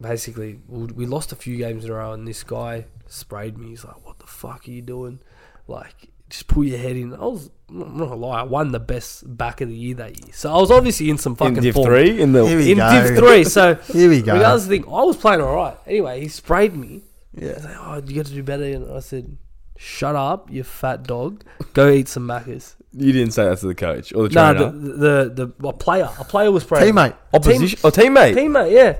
B: basically we we lost a few games in a row, and this guy sprayed me. He's like, "What the fuck are you doing? Like, just pull your head in." I was I'm not gonna lie, I won the best back of the year that year, so I was obviously in some fucking
C: in Div
B: form.
C: 3 in the
A: Here we
B: In
A: go.
B: Div three, so
A: Here we go.
B: regardless of the thing, I was playing all right. Anyway, he sprayed me. He's
A: Yeah.
B: like, "Oh, you got to do better." And I said. Shut up, you fat dog. Go eat some macas.
C: You didn't say that to the coach or the
B: No,
C: trainer.
B: the the, the the a player, a player was spraying. me.
A: Teammate.
C: Opposition or oh, teammate.
B: Teammate, yeah.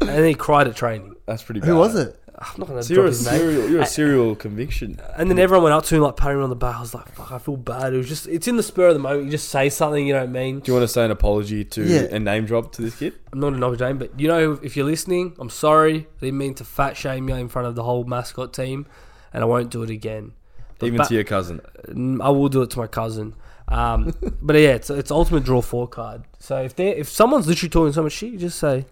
B: and then he cried at training.
C: That's pretty bad.
A: Who was it?
B: I'm not gonna
C: So you're
B: drop
C: a
B: his name.
C: serial you're a serial conviction.
B: And then everyone went up to him like patting him on the back. I was like, fuck, I feel bad. It was just it's in the spur of the moment. You just say something you don't mean.
C: Do you want to say an apology to
A: Yeah.
C: and name drop to this kid?
B: I'm not an Notre Dame, but you know, if you're listening, I'm sorry. I didn't mean to fat shame you in front of the whole mascot team, and I won't do it again. But
C: Even
B: ba-
C: to your cousin.
B: Mm, I will do it to my cousin. Um, but yeah, it's it's ultimate draw four card. So if they if someone's literally talking so much shit, you just say,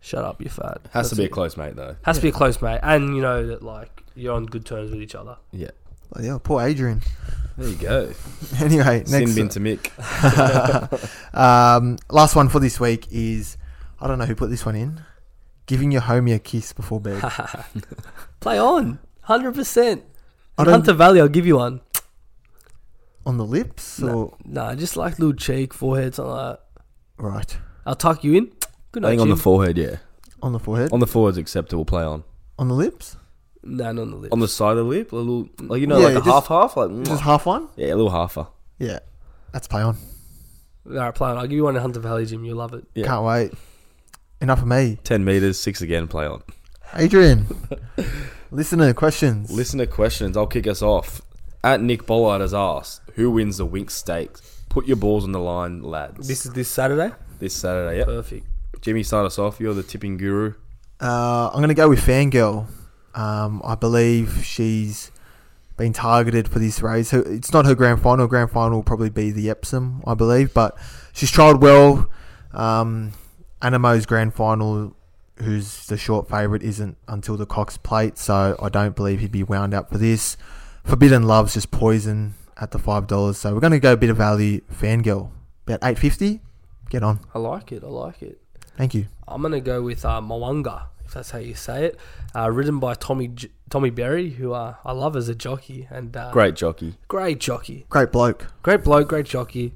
B: "Shut up, you fat." That's
C: Has to be
B: it.
C: a close mate though.
B: Has to be a close mate, and you know that like you're on good terms with each other.
C: Yeah.
A: Oh, yeah, poor Adrian.
C: There you go.
A: Anyway,
C: Sin
A: next.
C: bin to Mick.
A: um, last one for this week is I don't know who put this one in. Giving your homie a kiss before bed.
B: Play on, hundred percent.
A: I don't-
B: Hunter Valley, I'll give you one.
A: On the lips or
B: Nah, just like little cheek, forehead, something like that.
A: right.
B: I'll tuck you in. Good night,
C: I think on the
B: Jim.
C: forehead, yeah.
A: On the forehead?
C: On the forehead's acceptable play on.
A: On the lips?
B: nah, not on the lips.
C: On the side of the lip, a little like you know,
A: Yeah,
C: like a
A: just-
C: half half, like
A: Just half one?
C: yeah, a little halfer.
A: Yeah. That's play on.
B: All right, play on. I'll give you one in Hunter Valley, Jim. You'll love it.
C: Yeah.
A: Can't wait. Enough of me.
C: Ten meters, six again, play on.
A: Adrian. listener questions.
C: Listener questions. I'll kick us off. At Nick Bollard has asked, "Who wins the Wink Stakes? Put your balls on the line, lads."
B: This is this Saturday.
C: this Saturday. Yep.
B: Perfect.
C: Jimmy, start us off. You're the tipping guru.
A: Uh, I'm going to go with Fangirl. Um, I believe she's been targeted for this race. Her- It's not her grand final. Grand final will probably be the Epsom, I believe. But she's trialled well. Um, Animo's grand final, who's the short favourite, isn't until the Cox Plate. So I don't believe he'd be wound up for this. Forbidden Love's just poison at the $5. So we're going to go a bit of value Fangirl. About 850 Get on.
B: I like it. I like it.
A: Thank you.
B: I'm gonna go with uh, Mwanga, if that's how you say it. Uh, written by Tommy J- Tommy Berry, who uh, I love as a jockey and uh,
C: Great jockey.
B: great jockey,
A: Great bloke.
B: great bloke, great jockey.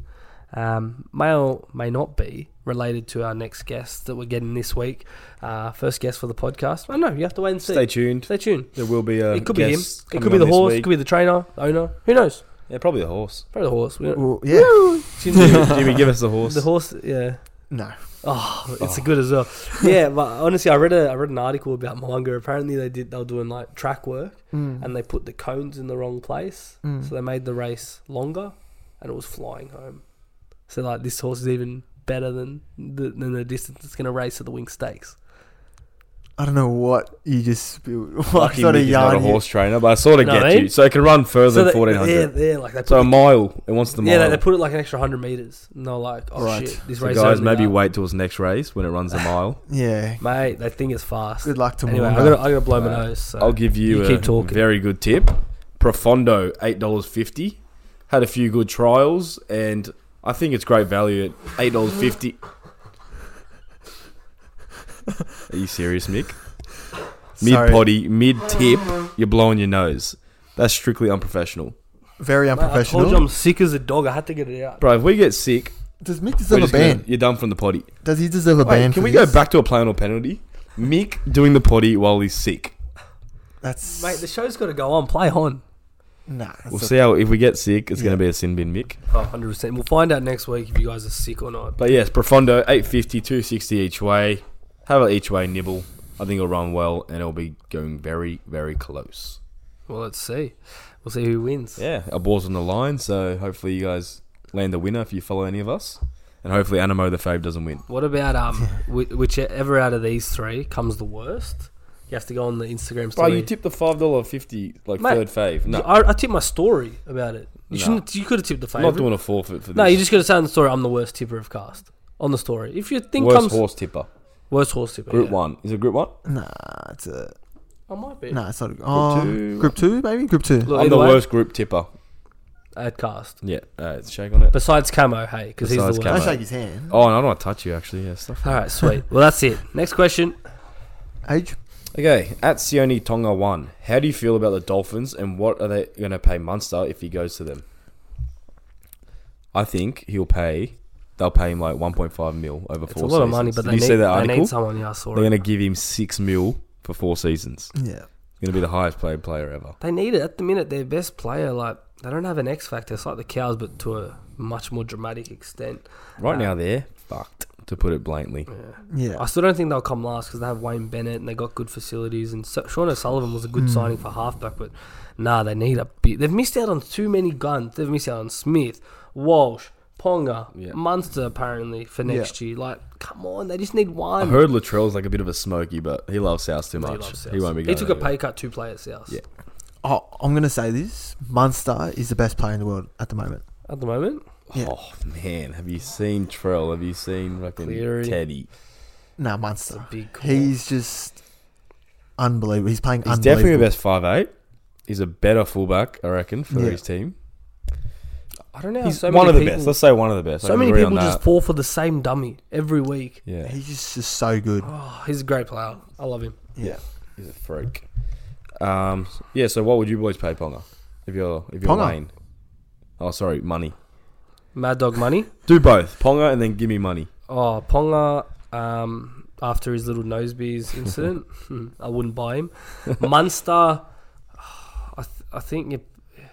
B: Um, may or may not be related to our next guest that we're getting this week. Uh, first guest for the podcast. I don't know. You have to wait and see.
C: Stay tuned.
B: Stay tuned.
C: There will be a.
B: it could be him.
C: guest
B: It
C: coming
B: could be
C: on
B: the
C: this
B: horse.
C: week.
B: It could be the trainer, owner. Who knows?
C: yeah, probably the horse.
B: Probably the horse. We don't,
A: Well, yeah.
C: Jimmy, Jimmy, give us the horse.
B: the horse. Yeah.
A: No.
B: Oh, it's good as well. Yeah, but honestly, I read a I read an article about Mwanga. Apparently, they did they were doing like track work
A: Mm.
B: and they put the cones in the wrong place,
C: Hmm.
A: Mm.
B: so they made the race longer, and it was flying home. So like this horse is even better than the, than the distance it's going to race at the Wing Stakes.
A: I don't know what you just what
C: Lucky
A: sort of
C: Mick is not a
A: yarn. you-
C: horse trainer, but I sort of
B: No,
C: get
B: eh?
C: you. So it can run further
B: So
C: than
B: they,
C: fourteen
B: yeah,
C: hundred.
B: yeah, like they put
C: So a mile. It wants the mile.
B: Yeah, they, they put it like an extra 100 meters. And they're like, oh
A: Right.
B: shit, this
C: so
B: race
C: guys,
B: only
C: maybe
B: up.
C: wait till his next race when it runs a mile.
A: Yeah.
B: Mate, that thing is fast.
A: Good luck to
B: Anyway,
A: Moonga.
B: I'm gonna, I'm gonna blow my
C: Alright.
B: nose. So.
C: I'll give you,
B: you
C: a
B: keep talking.
C: very good tip. Profondo, eight dollars fifty. Had a few good trials, and I think it's great value at eight dollars fifty. Are you serious, Mick? Mid
A: Sorry.
C: potty, mid tip, you're blowing your nose. That's strictly unprofessional,
A: Very
B: Mate, I told
A: unprofessional.
B: you I'm sick as a dog. I had to get it out.
C: bro. If we get sick,
A: Does Mick
C: we're
A: deserve a
C: just gonna-
A: ban?
C: you're done from the potty.
A: Does he deserve a
C: Wait,
A: ban?
C: can
A: for
C: we
A: this?
C: go back to a plan or penalty? Mick doing the potty while he's sick.
A: That's
B: Mate, the show's got to go on. Play on.
A: nah. that's
C: We'll
A: a-
C: see how if we get sick, it's
A: Yeah.
C: going to be a sin bin, Mick.
B: Oh, 100%. We'll find out next week if you guys are sick or not.
C: But yes, Profondo, 850, 260 each way. Have an each way nibble. I think it'll run well and it'll be going very, very close.
B: Well, let's see. We'll see who wins.
C: Yeah, our ball's on the line, so hopefully you guys land a winner if you follow any of us. And hopefully Animo the Fave doesn't win.
B: What about um, whi- whichever out of these three comes the worst? You have to go on the Instagram story.
C: tipped the five dollar fifty like
B: Mate, third
C: fave.
B: I, I tipped my story about it. You
C: No.
B: shouldn't. You could have tipped the
C: I'm
B: favorite.
C: not doing a forfeit for this.
B: no, you just got to say on the story. I'm the worst tipper of cast on the story. If your thing
C: worst
B: comes
C: horse tipper.
B: worst horse tipper,
C: Group
B: yeah.
C: one is it group one?
A: Nah, it's a
B: I might be
A: nah. It's not. A, oh,
C: two.
A: group two, maybe group two.
B: Look,
C: I'm
B: either
C: the
B: way,
C: worst group tipper.
B: at cast.
C: Yeah, uh, shake on it.
B: Besides Camo, hey, because he's the
C: Besides
B: worst.
A: Don't
C: Camo.
A: shake his hand.
C: Oh, and I don't want to touch you actually. Yeah, stuff.
B: All right, sweet. Well, that's it. Next question.
C: Oh.
A: Age.
C: Okay, at Sione Tonga one, how do you feel about the Dolphins, and what are they going to pay Munster if he goes to them? I think he'll pay. They'll pay him like one point five mil over
B: It's a
C: four.
B: lot of
C: seasons.
B: money, but
C: Did
B: they
C: you
B: need,
C: see that
B: they
C: article?
B: need someone. Yeah, I saw
C: They're
B: it.
C: going to give him six mil for four seasons.
A: Yeah.
C: He's going to be the highest paid player ever.
B: They need it at the minute. Their best player, like they don't have an X factor. It's like the cows, but to a much more dramatic extent.
C: Right
B: Uh,
C: now, they're fucked, to put it bluntly.
B: Yeah.
A: Yeah.
B: I still don't think they'll come last because they have Wayne Bennett and they got good facilities. And so, Sean O'Sullivan was a good
C: Hmm.
A: Mm.
B: signing for halfback, but nah, they need a bit. They've missed out on too many guns. They've missed out on Smith, Walsh, Ponga,
C: Yeah.
B: Munster apparently for next year. Like, come on, they just need
C: I
B: one.
C: heard Latrell's like a bit of a smoky, but he loves South too
B: He
C: much.
B: loves
C: He,
B: South.
C: won't be.
B: He
C: Going
B: took a
C: anywhere.
B: pay cut to play at South.
C: Yeah.
A: Oh, I'm gonna say this. Munster is the best player in the world at the moment.
B: At the moment,
A: Yeah.
C: Oh man, have you seen Trell? Have you seen fucking
B: Cleary.
C: Teddy?
A: Nah,
B: it's a
A: Munster.
B: big call.
A: He's just unbelievable. He's playing
C: He's
A: unbelievable.
C: definitely the best five eight. He's a better fullback, I reckon, for
A: Yeah.
C: his team.
B: I don't know. how
C: He's
B: so
C: one
B: many
C: of the
B: people,
C: best. Let's say one of the best. I
B: So
C: can
B: many
C: agree
B: people
C: on
B: just
C: that.
B: fall for the same dummy every week.
C: yeah,
A: He's just, just so good.
B: Oh, he's a great player. I love him.
A: Yeah.
C: he's a freak. Um, yeah. So what would you boys pay Ponga if you're if you're
A: Ponga?
C: Lane? Oh, sorry, money.
B: Mad Dog Money.
C: Do both Ponga and then give me money.
B: Oh, Ponga, um, after his little nosebees incident, hmm, I wouldn't buy him. Munster, I, th- I think you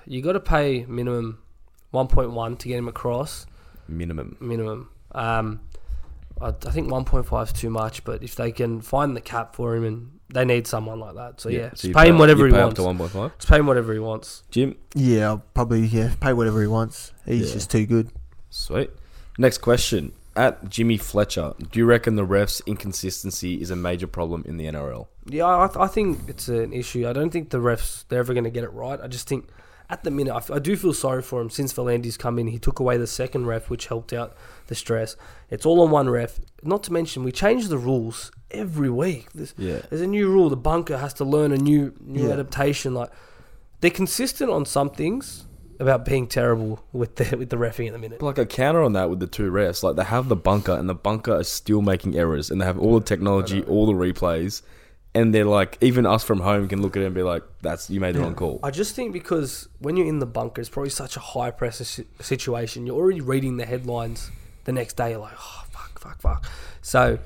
B: you got to pay minimum 1.1 to get him across,
C: Minimum.
B: minimum. Um, I, I think 1.5 is too much, but if they can find the cap for him and they need someone like that. So, yeah,
C: so you
B: just pay him
C: up-
B: whatever
C: you
B: he
C: pay
B: wants.
C: Up to one point five.
B: Just pay him whatever he wants.
C: Jim,
A: Yeah, I'll probably yeah, pay whatever he wants. He's
C: Yeah.
A: just too good.
C: sweet. Next question at Jimmy Fletcher. Do you reckon the refs' inconsistency is a major problem in the NRL?
B: Yeah, I, I think it's an issue. I don't think the refs they're ever going to get it right. I just think at the minute I, f- I do feel sorry for him since Valandy's come in. He took away the second ref, which helped out the stress. It's all on one ref. Not to mention we change the rules every week. There's,
C: Yeah.
B: there's a new rule. The bunker has to learn a new new
A: Yeah.
B: adaptation. Like they're consistent on some things about being terrible with the with the refing at the minute.
C: But, Like a counter on that with the two refs, like they have the bunker and the bunker is still making errors and they have all the technology, all the replays, and they're like even us from home can look at it and be like, "That's you made the wrong call."
B: I just think because when you're in the bunker, it's probably such a high pressure si- situation. You're already reading the headlines the next day. You're like, oh fuck, fuck, fuck. So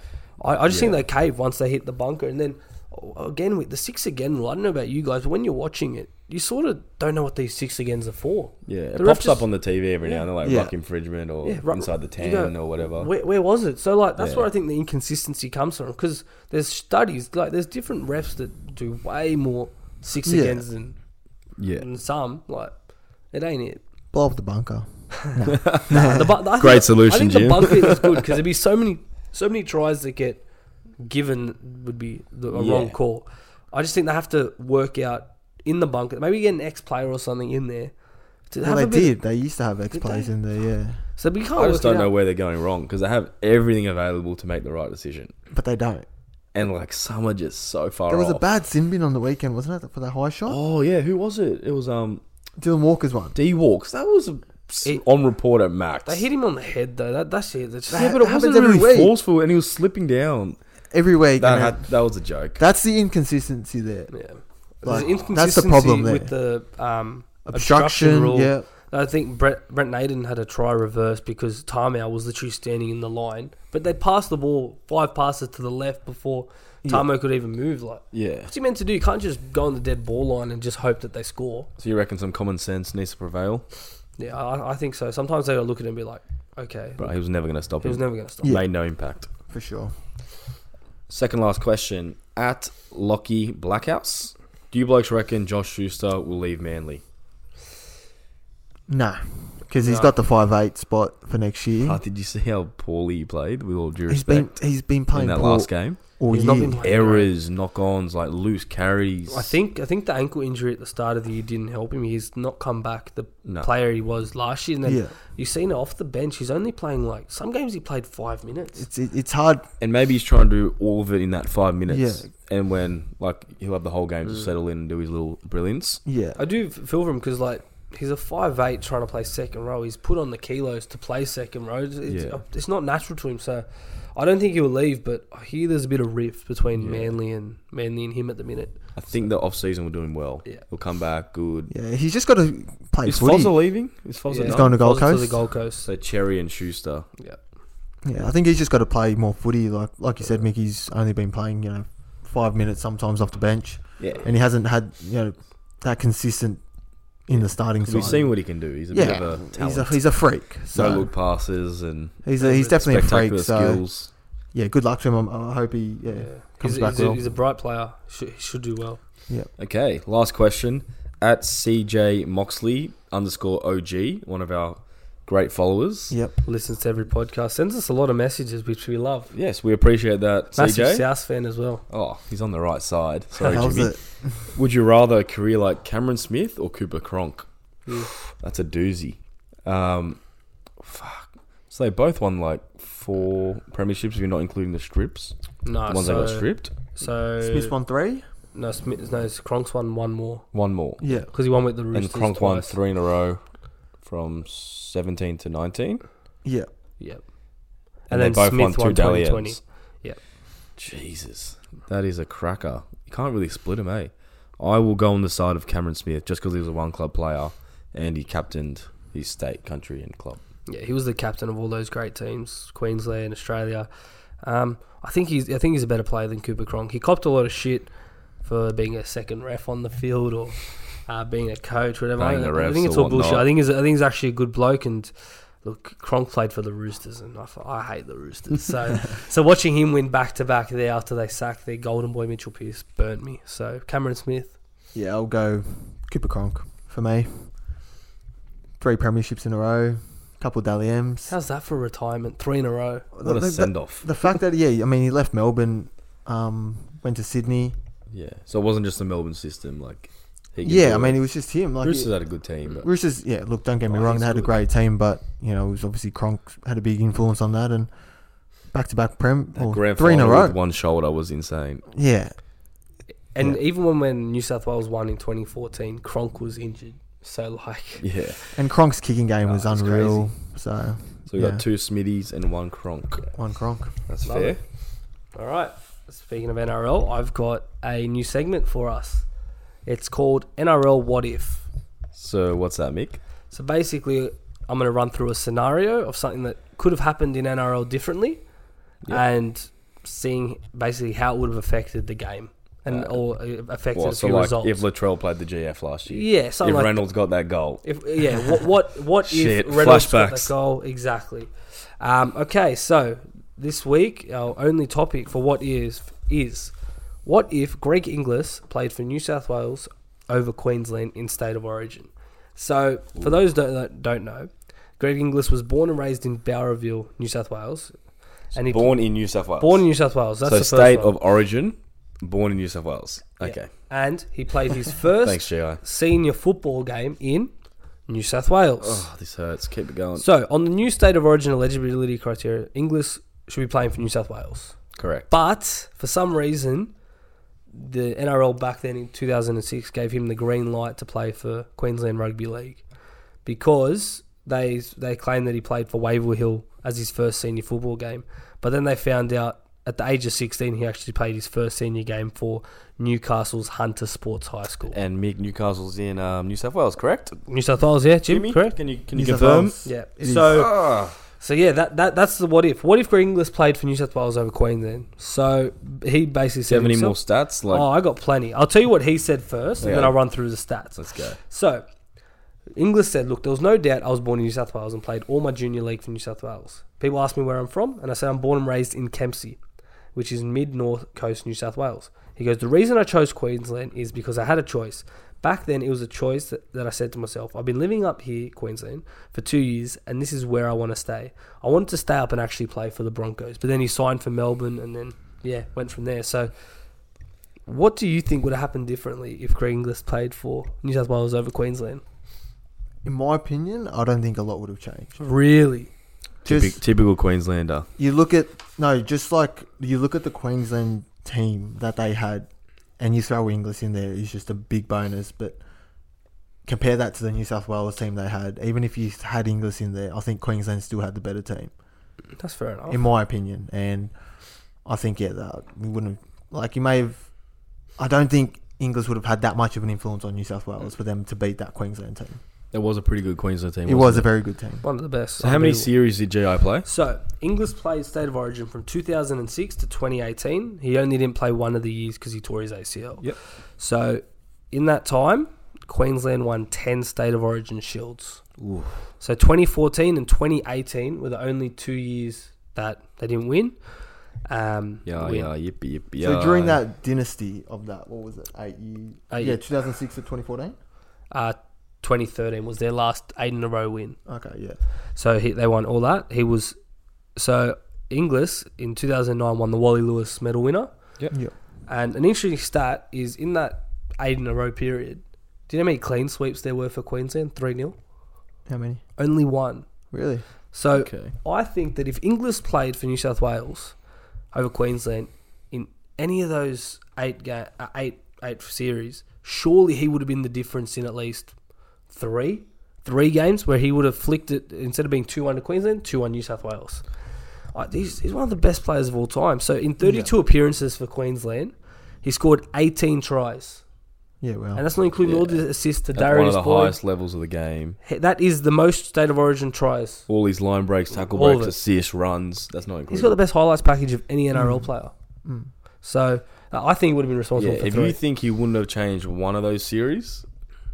B: I, I just think
C: Yeah.
B: they cave once they hit the bunker, and then oh, again with the six again rule. I don't know about you guys, but when you're watching it, you sort of don't know what these six agains are for.
C: Yeah, it
B: The ref
C: pops
B: just-
C: up on the TV every now and then, like
A: Yeah.
C: ruck infringement or
B: Yeah, ruck-
C: inside the
B: you go,
C: tan or whatever.
B: Where, where was it? So like that's
C: Yeah.
B: where I think the inconsistency comes from because there's studies like there's different refs that do way more six
A: Yeah.
B: agains than,
C: yeah,
B: than some like. It ain't it.
A: Blow up the bunker.
B: Nah, the bu- I think-
C: Great solution,
B: I think the
C: Jim.
B: bunker is good because there'd be so many, so many tries that get given would be the, a
C: Yeah.
B: wrong call. I just think they have to work out in the bunker. Maybe get an ex player or something in there. To
A: Well,
B: have
A: they
B: a bit-
A: did. They used to have X plays
B: they? Oh.
A: in there, yeah,
B: So we can't.
C: I just
B: work it
C: don't know
B: out.
C: where they're going wrong because they have everything available to make the right decision,
A: but they don't.
C: and like some are just so far.
A: There was a
C: off.
A: bad sin bin on the weekend, wasn't it, for the high shot?
C: Oh yeah, who was it? It was um
A: Dylan Walker's one.
C: D Walks. That was a
B: It-
C: on report at Max.
B: They hit him on the head though. That, that's it. That's
C: yeah, but it
A: happens
C: wasn't
A: every
C: really
A: week.
C: forceful, and he was slipping down.
A: Every week,
C: That
A: and
C: had, that was a joke.
A: that's the inconsistency there.
B: yeah.
A: Like,
B: There's an
A: that's the
B: inconsistency
A: problem
B: with the um,
A: Obstruction,
B: rule.
A: yeah.
B: I think Brett Brent Naden had a try reverse because Tarmow was literally standing in the line, but they passed the ball five passes to the left before Tarmow could even move. Like,
C: yeah.
B: what's he meant to do? You can't just go on the dead ball line and just hope that they score.
C: So you reckon some common sense needs to prevail?
B: Yeah, I, I think so. Sometimes they gotta look at it and be like, okay,
C: But he was never going to stop
B: he
C: him.
B: was never gonna stop.
A: Yeah.
C: Made no impact.
A: for sure.
C: Second last question at Lockie Blackhouse. Do you blokes reckon Josh Schuster will leave Manly?
A: Nah, because he's
B: No.
A: got the five eight spot for next year.
C: Ah, did you see how poorly he played? With all due
A: Hmm? he's
C: respect,
A: been he's been playing
C: in that
A: poor
C: last game,
A: all
B: He's
A: year.
B: not been playing great.
C: errors, knock-ons, like loose carries.
B: I think I think the ankle injury at the start of the year didn't help him. He's not come back the
C: No.
B: player he was last year. And then
A: Yeah.
B: you've seen it off the bench. He's only playing like some games. He played five minutes.
A: it's it, it's hard.
C: and maybe he's trying to do all of it in that five minutes.
A: Yeah.
C: And when like he'll have the whole game to settle in and do his little brilliance.
A: Yeah,
B: I do f- feel for him because like he's a five eight trying to play second row. He's put on the kilos to play second row. It's, it's,
C: Yeah.
B: it's not natural to him. So I don't think he'll leave. But I hear there's a bit of rift between Manly and Manly and him at the minute.
C: I think the off season will do him well.
B: Yeah.
C: He'll come back good.
A: yeah. He's just got to play
C: Is
A: footy.
C: Fozza leaving? Is Fozza
A: He's
C: done?
A: going to Gold
B: Goes
A: Coast?
B: the Gold Coast.
C: So Cherry and Schuster.
B: yeah.
A: Yeah, I think he's just got to play more footy. Like like you said, Mickey's only been playing you know five minutes sometimes off the bench,
C: Yeah.
A: and he hasn't had you know that consistent in the starting
C: We've
A: side.
C: seen what he can do. He's a bit
A: yeah,
C: of a talent.
A: he's a he's a freak. So
C: no look passes and
A: he's a, he's definitely a freak.
C: spectacular
A: So
C: skills.
A: yeah, good luck to him. I'm- I hope he yeah.
B: Yeah.
A: Comes
B: He's,
A: back
B: he's, a,
A: well.
B: he's a bright player. Should, he should do well.
C: Okay, last question at CJ Moxley underscore OG, one of our great followers.
A: Yep.
B: Listens to every podcast. Sends us a lot of messages, which we love.
C: Yes, we appreciate that,
B: Massive
C: CJ.
B: South fan as well.
C: Oh, he's on the right side. Sorry,
A: How's
C: Jimmy.
A: it?
C: Would you rather a career like Cameron Smith or Cooper Cronk?
B: Mm.
C: That's a doozy. Um, fuck. So they both won like four premierships if you're not including the strips.
B: No,
C: The ones
B: Ah, so,
C: they got stripped.
B: so
A: Smith won three.
B: no, Smith, no, Kronk's won one more
C: One more.
A: Yeah.
B: because he won with the Roosters.
C: and Cronk won
B: twice.
C: three in a row from 17 to 19. And,
A: Yeah.
B: Yep.
C: they both won two
B: twenty
C: Dally
B: twenty.
C: Ms.
B: Yep.
C: Jesus. That is a cracker. You can't really split him, eh? I will go on the side of Cameron Smith just because he was a one club player and he captained his state, country, and club.
B: Yeah, he was the captain of all those great teams, Queensland, Australia. Um, I think he's I think he's a better player than Cooper Cronk. He copped a lot of shit for being a second ref on the field or uh, being a coach, whatever. I,
C: Banging the
B: I
C: refs
B: think it's
C: or
B: all bullshit.
C: whatnot.
B: I think he's I think he's actually a good bloke and. Look, Cronk played for the Roosters, and I, f- I hate the Roosters. So, so watching him win back to back there after they sacked their golden boy Mitchell Pearce burnt me. So Cameron Smith,
A: Yeah, I'll go Cooper Cronk for me. Three premierships in a row, couple Dally M's.
B: how's that for retirement? Three in a row.
A: The-
C: What
A: the-
C: a
A: the-
C: send off.
A: The fact that yeah, I mean he left Melbourne, um, went to Sydney.
C: Yeah. So it wasn't just the Melbourne system. Like, he could do
A: Yeah, I
C: it.
A: mean it was just him. Like
C: Roosters
A: Roosters,
C: had a good team, but
A: yeah. Look, don't get me
B: Oh,
A: wrong,
B: he's
A: they had a
B: good.
A: great team, but you know it was obviously Cronk had a big influence on that and back to back prem
C: that
A: or
C: grand
A: three in a
C: final
A: row.
C: with one shoulder was insane.
A: Yeah,
B: And
A: Yeah.
B: even when, when New South Wales won in 2014, Cronk was injured. So, like,
C: Yeah.
A: and Cronk's kicking game
B: Oh,
A: was
B: it's
A: unreal. So
C: So we
A: Yeah.
C: got two Smithies and one Cronk.
A: one Cronk.
C: That's
B: Love
C: fair.
B: it. all right. Speaking of NRL, I've got a new segment for us. It's called NRL What If.
C: So what's that, Mick?
B: So, basically, I'm going to run through a scenario of something that could have happened in NRL differently
C: Yeah.
B: and seeing basically how it would have affected the game and
C: Uh,
B: or uh, affected
C: Well,
B: a
C: so
B: few
C: like
B: results.
C: if Latrell played the GF last year,
B: yeah, something
C: if
B: like
C: Reynolds got that goal,
B: If yeah, what what what
C: Shit,
B: if Reynolds got that
C: flashbacks.
B: goal exactly? Um, okay, so this week our only topic for what is is what if Greg Inglis played for New South Wales over Queensland in state of origin? So for those that that don't know, Greg Inglis was born and raised in Bowerville, New South Wales. and he
C: Born in New South Wales.
B: born in New South Wales. That's
C: so
B: the first
C: state
B: one.
C: of origin, born in New South Wales.
B: Yeah.
C: Okay.
B: And he played his first
C: Thanks, Gio.
B: senior football game in New South Wales.
C: Oh, this hurts. Keep it going.
B: So, on the new state of origin eligibility criteria, English should be playing for New South Wales.
C: Correct.
B: But for some reason, the NRL back then in 2006 gave him the green light to play for Queensland Rugby League because they they claimed that he played for Waverley Hill as his first senior football game. But then they found out at the age of 16 he actually played his first senior game for Newcastle's Hunter Sports High School.
C: And Mick Newcastle's in um, New South Wales, correct?
B: New South Wales, yeah, Jim,
C: Jimmy,
B: correct?
C: Can you can you
A: New South
C: confirm?
A: Wales.
B: Yeah.
A: It is.
B: so
C: Ah,
B: So yeah, that, that that's the what if. What if Inglis played for New South Wales over Queensland? So he basically
C: do you
B: said
C: have any more
B: himself,
C: stats? Like,
B: Oh, I got plenty. I'll tell you what he said first, and then
C: Yeah.
B: I'll run through the stats.
C: let's go.
B: So Inglis said, "Look, there was no doubt I was born in New South Wales and played all my junior league for New South Wales. People ask me where I'm from, and I say I'm born and raised in Kempsey, which is mid north coast New South Wales." He goes, "The reason I chose Queensland is because I had a choice." Back then, it was a choice that, that I said to myself, I've been living up here, Queensland, for two years, and this is where I want to stay. I wanted to stay up and actually play for the Broncos, but then he signed for Melbourne and then, yeah, went from there. So, what do you think would have happened differently if Craig Inglis played for New South Wales over Queensland?
A: In my opinion, I don't think a lot would have changed.
B: Really?
A: Just
C: Typic- typical Queenslander.
A: you look at no, just like you look at the Queensland team that they had, and you throw English in there is just a big bonus. But compare that to the New South Wales team they had. Even if you had English in there, I think Queensland still had the better team,
B: That's fair enough.
A: in my opinion. And I think yeah, that we wouldn't have, like you may have. I don't think English would have had that much of an influence on New South Wales for them to beat that Queensland team.
C: That was a pretty good Queensland team.
A: It
C: wasn't
A: was a very good team.
B: One of the best.
C: So how many
B: Unbelievable.
C: series did GI play?
B: So, Inglis played State of Origin from 2006 to 2018. He only didn't play one of the years because he tore his ACL.
C: Yep.
B: So, in that time, Queensland won 10 State of Origin Shields.
C: Ooh.
B: So, 2014 and 2018 were the only two years that they didn't win. Um,
C: Yeah,
B: win.
C: yeah, yippee, yippee.
A: So
C: yeah.
A: during that dynasty of that, what was it? Eight years.
B: Eight
A: yeah,
B: years.
A: 2006 to 2014.
B: Uh, 2013 was their last eight in a row win.
A: Okay, yeah.
B: So he, they won all that. He was so Inglis in 2009 won the Wally Lewis Medal winner.
A: Yeah.
B: And an interesting stat is in that eight in a row period. Do you know how many clean sweeps there were for Queensland? Three 0
A: How many? Oh,
B: Only one.
A: Really?
B: So
C: Okay.
B: I think that if Inglis played for New South Wales over Queensland in any of those eight ga- uh, eight eight series, surely he would have been the difference in at least three three games where he would have flicked it instead of being two one to Queensland, two one New South Wales. Uh, he's, he's one of the best players of all time. So in thirty two appearances for Queensland, he scored eighteen tries,
A: Yeah, well.
B: and that's not including all
C: Yeah.
B: the assists to
C: At one of
B: Darius
C: the
B: Boyd.
C: highest levels of the game.
B: He- That is the most state of origin tries.
C: All these line breaks, tackle
B: All of
C: breaks,
B: it.
C: assists, runs. That's not
B: He's got the
C: included.
B: best highlights package of any NRL player.
A: Mm.
B: So uh, I think he would have been responsible
C: yeah,
B: for
C: if
B: three.
C: you think he wouldn't have changed one of those series,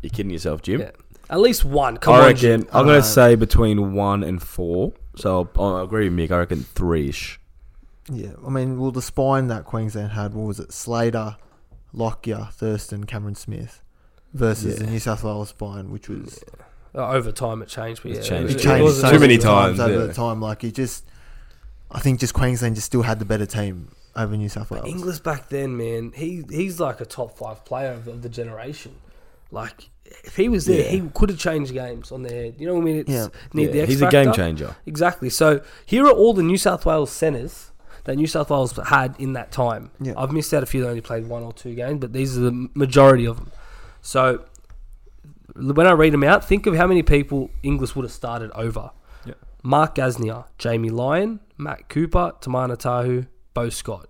C: you're kidding yourself, Jim.
B: Yeah. At least one. Come
C: I
B: on,
C: reckon.
B: Jim.
C: I'm going
A: Uh,
C: to say between one and four. So I'll, I agree with Mick. I reckon three ish.
A: yeah, I mean, well, the spine that Queensland had, what was it? Slater, Lockyer, Thurston, Cameron Smith versus the
C: Yeah.
A: New South Wales spine, which was.
B: Uh, over time it changed. But yeah,
C: It's
A: It
C: changed.
B: was-
A: changed
B: was-
A: so
C: Too many times,
A: over
C: yeah.
A: the time. Like, it just. I think just Queensland just still had the better team over New South Wales.
B: Inglis back then, man, he he's like a top five player of, of the generation. Like if he was there,
C: Yeah.
B: he could have changed games on their head. You know what I mean? It's
A: Yeah.
B: need the X
C: he's a game
B: factor.
C: changer.
B: Exactly. So here are all the New South Wales centres that New South Wales had in that time.
A: Yeah.
B: I've missed out a few that only played one or two games, but these are the majority of them. So when I read them out, think of how many people Inglis would have started over.
C: Yeah.
B: Mark Gasnier, Jamie Lyon, Matt Cooper, Tamana Tahu, Bo Scott.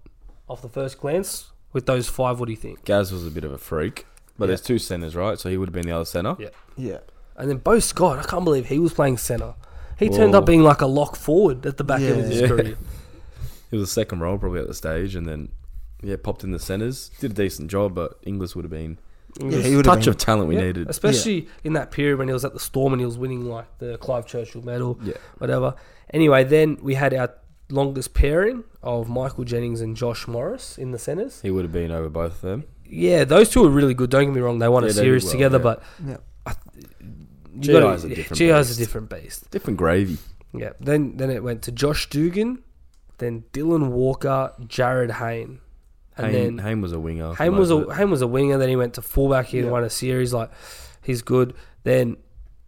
B: Off the first glance, with those five, what do you think?
C: Gaz was a bit of a freak, but
B: Yeah.
C: there's two centers, right? So he would have been the other center.
B: Yeah.
A: yeah.
B: And then Bo Scott, I can't believe he was playing centre. He turned
C: Whoa.
B: up being like a lock forward at the back end of
A: Yeah.
B: his
C: Yeah.
B: career.
C: He was a second role probably at the stage, and then yeah, popped in the centers. Did a decent job, but Inglis would have been
A: Yeah,
B: Inglis-
A: he would have
C: touch
A: been.
C: of talent we
B: Yeah,
C: needed.
B: Especially in that period when he was at the Storm and he was winning like the Clive Churchill medal,
C: Yeah.
B: whatever. Anyway, then we had our longest pairing of Michael Jennings and Josh Morris in the centres.
C: He would have been over both of them.
B: Yeah, those two are really good. Don't get me wrong; they won a
C: Yeah, they did
B: series
C: well,
B: together,
C: yeah.
B: but
A: Yeah.
B: you gotta-
C: GI's a different
B: GI's a
C: beast.
B: different beast.
C: Different gravy.
B: Yeah. Then then it went to Josh Dugan, then Dylan Walker, Jared Hayne, and
C: Hayne,
B: then
C: Hayne was a winger.
B: Hayne was
C: Most of
B: a
C: it.
B: Hayne was a winger. Then he went to fullback. He
C: Yeah.
B: won a series. Like he's good. Then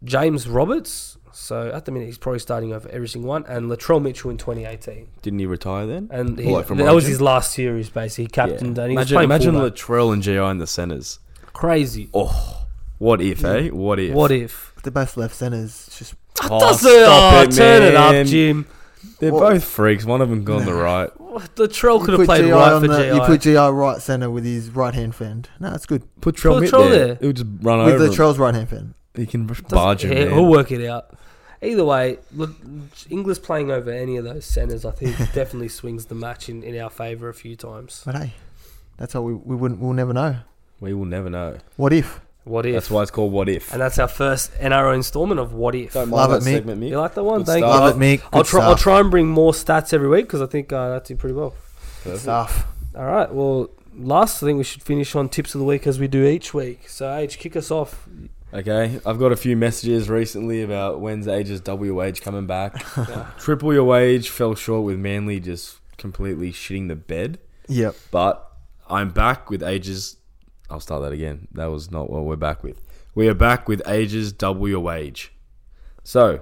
B: James Roberts. So at the minute he's probably starting over every single one. And Latrell Mitchell in 2018,
C: Didn't he retire then?
B: and he,
C: Well, like
B: that
C: from
B: was
C: Origin?
B: his last series. Basically, he captained. Uh, And he
C: imagine
B: was playing
C: imagine
B: fullback.
C: Latrell and Gi in the centres.
B: crazy.
C: Oh, what if, eh? What if?
B: What if?
A: They're both left centers. It's just
C: Oh,
B: Does it-
C: stop
B: oh,
C: it,
B: turn it
C: man.
B: up, Jim.
C: They're
A: What?
C: both freaks. One of them gone to the right.
B: Latrell
A: You
B: could have
A: put
B: played
A: GI
B: right
A: on
B: for
A: the-
B: GI.
A: You put GI right center with his right hand fend. No, it's good
C: Put Trell
B: Put
C: Mitt
B: Trell
C: there.
B: there.
C: It would just run
A: with
C: over. him.
A: Latrell's right hand fend.
C: He can just
B: Doesn't-
C: barge him.
B: yeah,
C: man.
B: We'll work it out. Either way, look, Inglis playing over any of those centres, I think, definitely swings the match in, in our favour a few times.
A: But hey, that's how we, we wouldn't. We'll never know.
C: We will never know.
A: What if?
B: What if?
C: That's why it's called What If.
B: and that's our first NRO instalment of What If.
C: Don't
A: Love
C: mind that
A: it, mate.
C: segment, Mick.
B: You like that one?
C: Good
B: Thank
C: stuff.
B: you.
A: Love
B: I'll,
A: it, Mick.
B: Uh, I'll
A: Good
B: try. I'll
A: stuff.
B: try and bring more stats every week because I think uh, that did pretty well.
A: Good
C: Perfect.
A: stuff.
B: All right. Well, last thing we should finish on tips of the week as we do each week. So, H, kick us off.
C: Okay, I've got a few messages recently about when's Age's double your wage coming back. Triple your wage fell short with Manly just completely shitting the bed.
A: Yep.
C: But I'm back with ages. I'll start that again. That was not what we're back with. We are back with ages double your wage. So,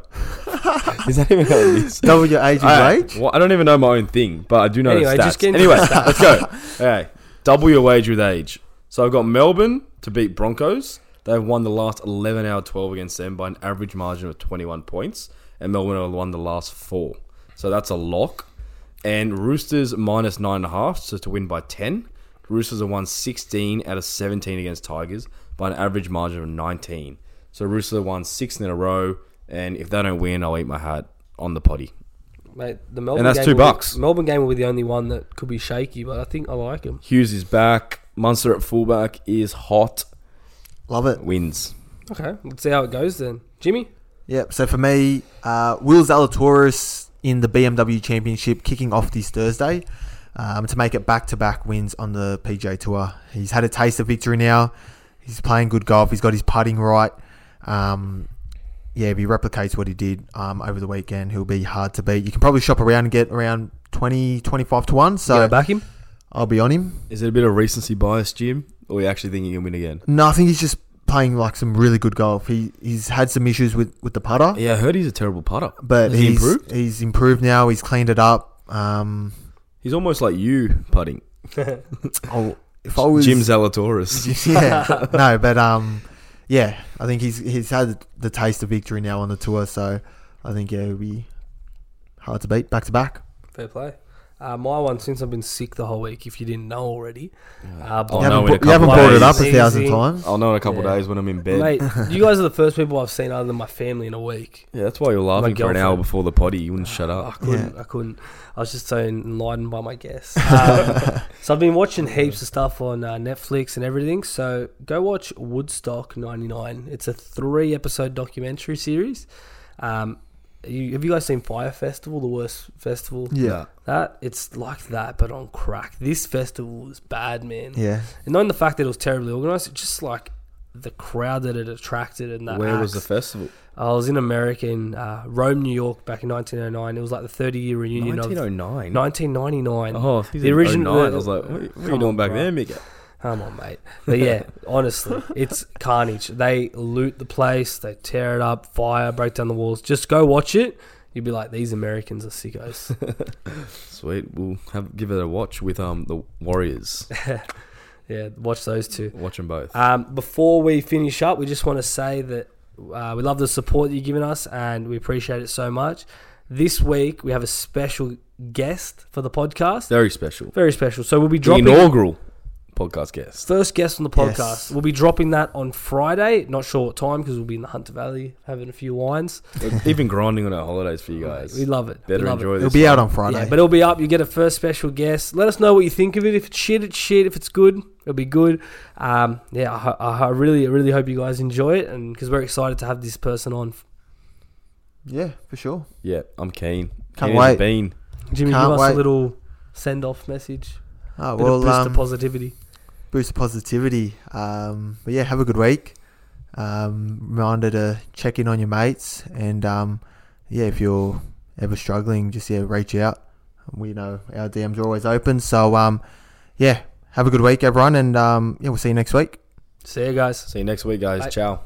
C: is that even how it is?
A: Double your age
C: All right.
A: and wage.
C: Well, I don't even know my own thing, but I do know
B: Anyway,
C: the stats.
B: just get into
C: anyway, let's go. Okay, double your wage with age. So I've got Melbourne to beat Broncos. They've won the last 11 out of 12 against them by an average margin of 21 points, and Melbourne have won the last four. So that's a lock. And Roosters minus nine and a half, so to win by 10. Roosters have won 16 out of 17 against Tigers by an average margin of 19. So Roosters have won six in a row, and if they don't win, I'll eat my hat on the potty.
B: Mate, the Melbourne
C: that's
B: game
C: two
B: will be-
C: bucks.
B: Melbourne game will be the only one that could be shaky, but I think I like him.
C: Hughes is back. Munster at fullback is hot.
A: Love it.
C: Wins.
B: Okay, let's see how it goes then. Jimmy?
A: Yep. So for me, uh, Will Zalatoris in the BMW Championship kicking off this Thursday um, to make it back-to-back wins on the PJ Tour. He's had a taste of victory now. He's playing good golf. He's got his putting right. Um, yeah, if he replicates what he did um, over the weekend, he'll be hard to beat. You can probably shop around and get around 20, 25 to 1. So
B: So, back him?
A: I'll be on him.
C: Is it a bit of recency bias, Jim? Or you actually think you can win again?
A: No, I think he's just playing like some really good golf. He he's had some issues with, with the putter,
C: Yeah, I heard he's a terrible putter.
A: but
C: Has
A: he's
C: he improved?
A: He's improved now. He's cleaned it up. Um,
C: He's almost like you putting. Oh,
A: I'll, if I was
C: Jim Zalatoris.
A: yeah, no, but um, yeah, I think he's he's had the taste of victory now on the tour, so I think yeah, it'll be hard to beat back to back.
B: Fair play. Uh, my one, since I've been sick the whole week, if you didn't know already. Uh,
C: Oh,
A: you
B: by-
C: no,
A: haven't,
C: in a
A: brought- you haven't
B: couple
A: brought it up
B: days.
A: a thousand
B: Easy.
A: times.
C: I'll know in a couple
B: Yeah.
C: days when I'm in bed.
B: Mate, you guys are the first people I've seen other than my family in a week.
C: Yeah, that's why you're laughing
B: My
C: for an hour
B: girlfriend.
C: before the potty. You wouldn't shut
B: I
C: up.
B: couldn't. I couldn't. I was just so enlightened by my guess. Um, so I've been watching heaps of stuff on uh, Netflix and everything. So go watch Woodstock '99. It's a three-episode documentary series. Um, you, have you guys seen Fire Festival, the worst festival?
A: Yeah,
B: That it's like that, but on crack. This festival was bad, man.
A: yeah.
B: And not in the fact that it was terribly organized, it's just like the crowd that it attracted and that.
C: Where was the
B: acts.
C: festival?
B: I was in America in uh, Rome, New York, back in 1909. It was like the 30 year reunion of
C: 1909.
B: 1999.
C: Oh,
B: The
C: the
B: original-
C: original. I was like, what, what are you
B: Come
C: doing
B: on,
C: back
B: bro.
C: there, Mika?
B: Come on, mate. But yeah, honestly, it's carnage. They loot the place, they tear it up, fire, break down the walls. Just go watch it. You'd be like, these Americans are sickos.
C: Sweet. We'll have, give it a watch with um the Warriors.
B: yeah, watch those two.
C: watch them both.
B: Um, before we finish up, we just want to say that uh, we love the support that you've given us and we appreciate it so much. This week, we have a special guest for the podcast.
C: Very special.
B: Very special. So we'll be
C: The
B: dropping
C: inaugural podcast guest.
B: first guest on the podcast.
A: Yes.
B: We'll be dropping that on Friday. Not sure what time because we'll be in the Hunter Valley having a few wines.
C: Even grinding on our holidays for you guys.
B: Oh, we love it. We
C: Better
B: love
C: enjoy
A: It'll
C: this.
A: be out on
B: It.
A: Friday.
B: Yeah, but it'll be up. You get a first special guest. Let us know what you think of it. If it's shit, it's shit. If it's good, it'll be good. Um, yeah, I, ho- I, ho- I really, I really hope you guys enjoy it, and because we're excited to have this person on.
A: yeah, for sure.
C: Yeah, I'm keen.
A: Can't
C: Keen as a
A: wait.
C: Bean.
B: Jimmy,
A: Can't
B: give us
A: wait.
B: a little send-off message.
A: Ah,
B: A bit
A: well,
B: of boost
A: um,
B: of positivity.
A: boost of positivity. Um, but yeah, have a good week. Um, reminder to check in on your mates, and um, yeah, if you're ever struggling, just yeah, reach out. We know our DMs are always open. So, um, yeah, have a good week, everyone, and um, yeah, we'll see you next week.
B: See you guys.
C: See you next week, guys.
B: Bye.
C: Ciao.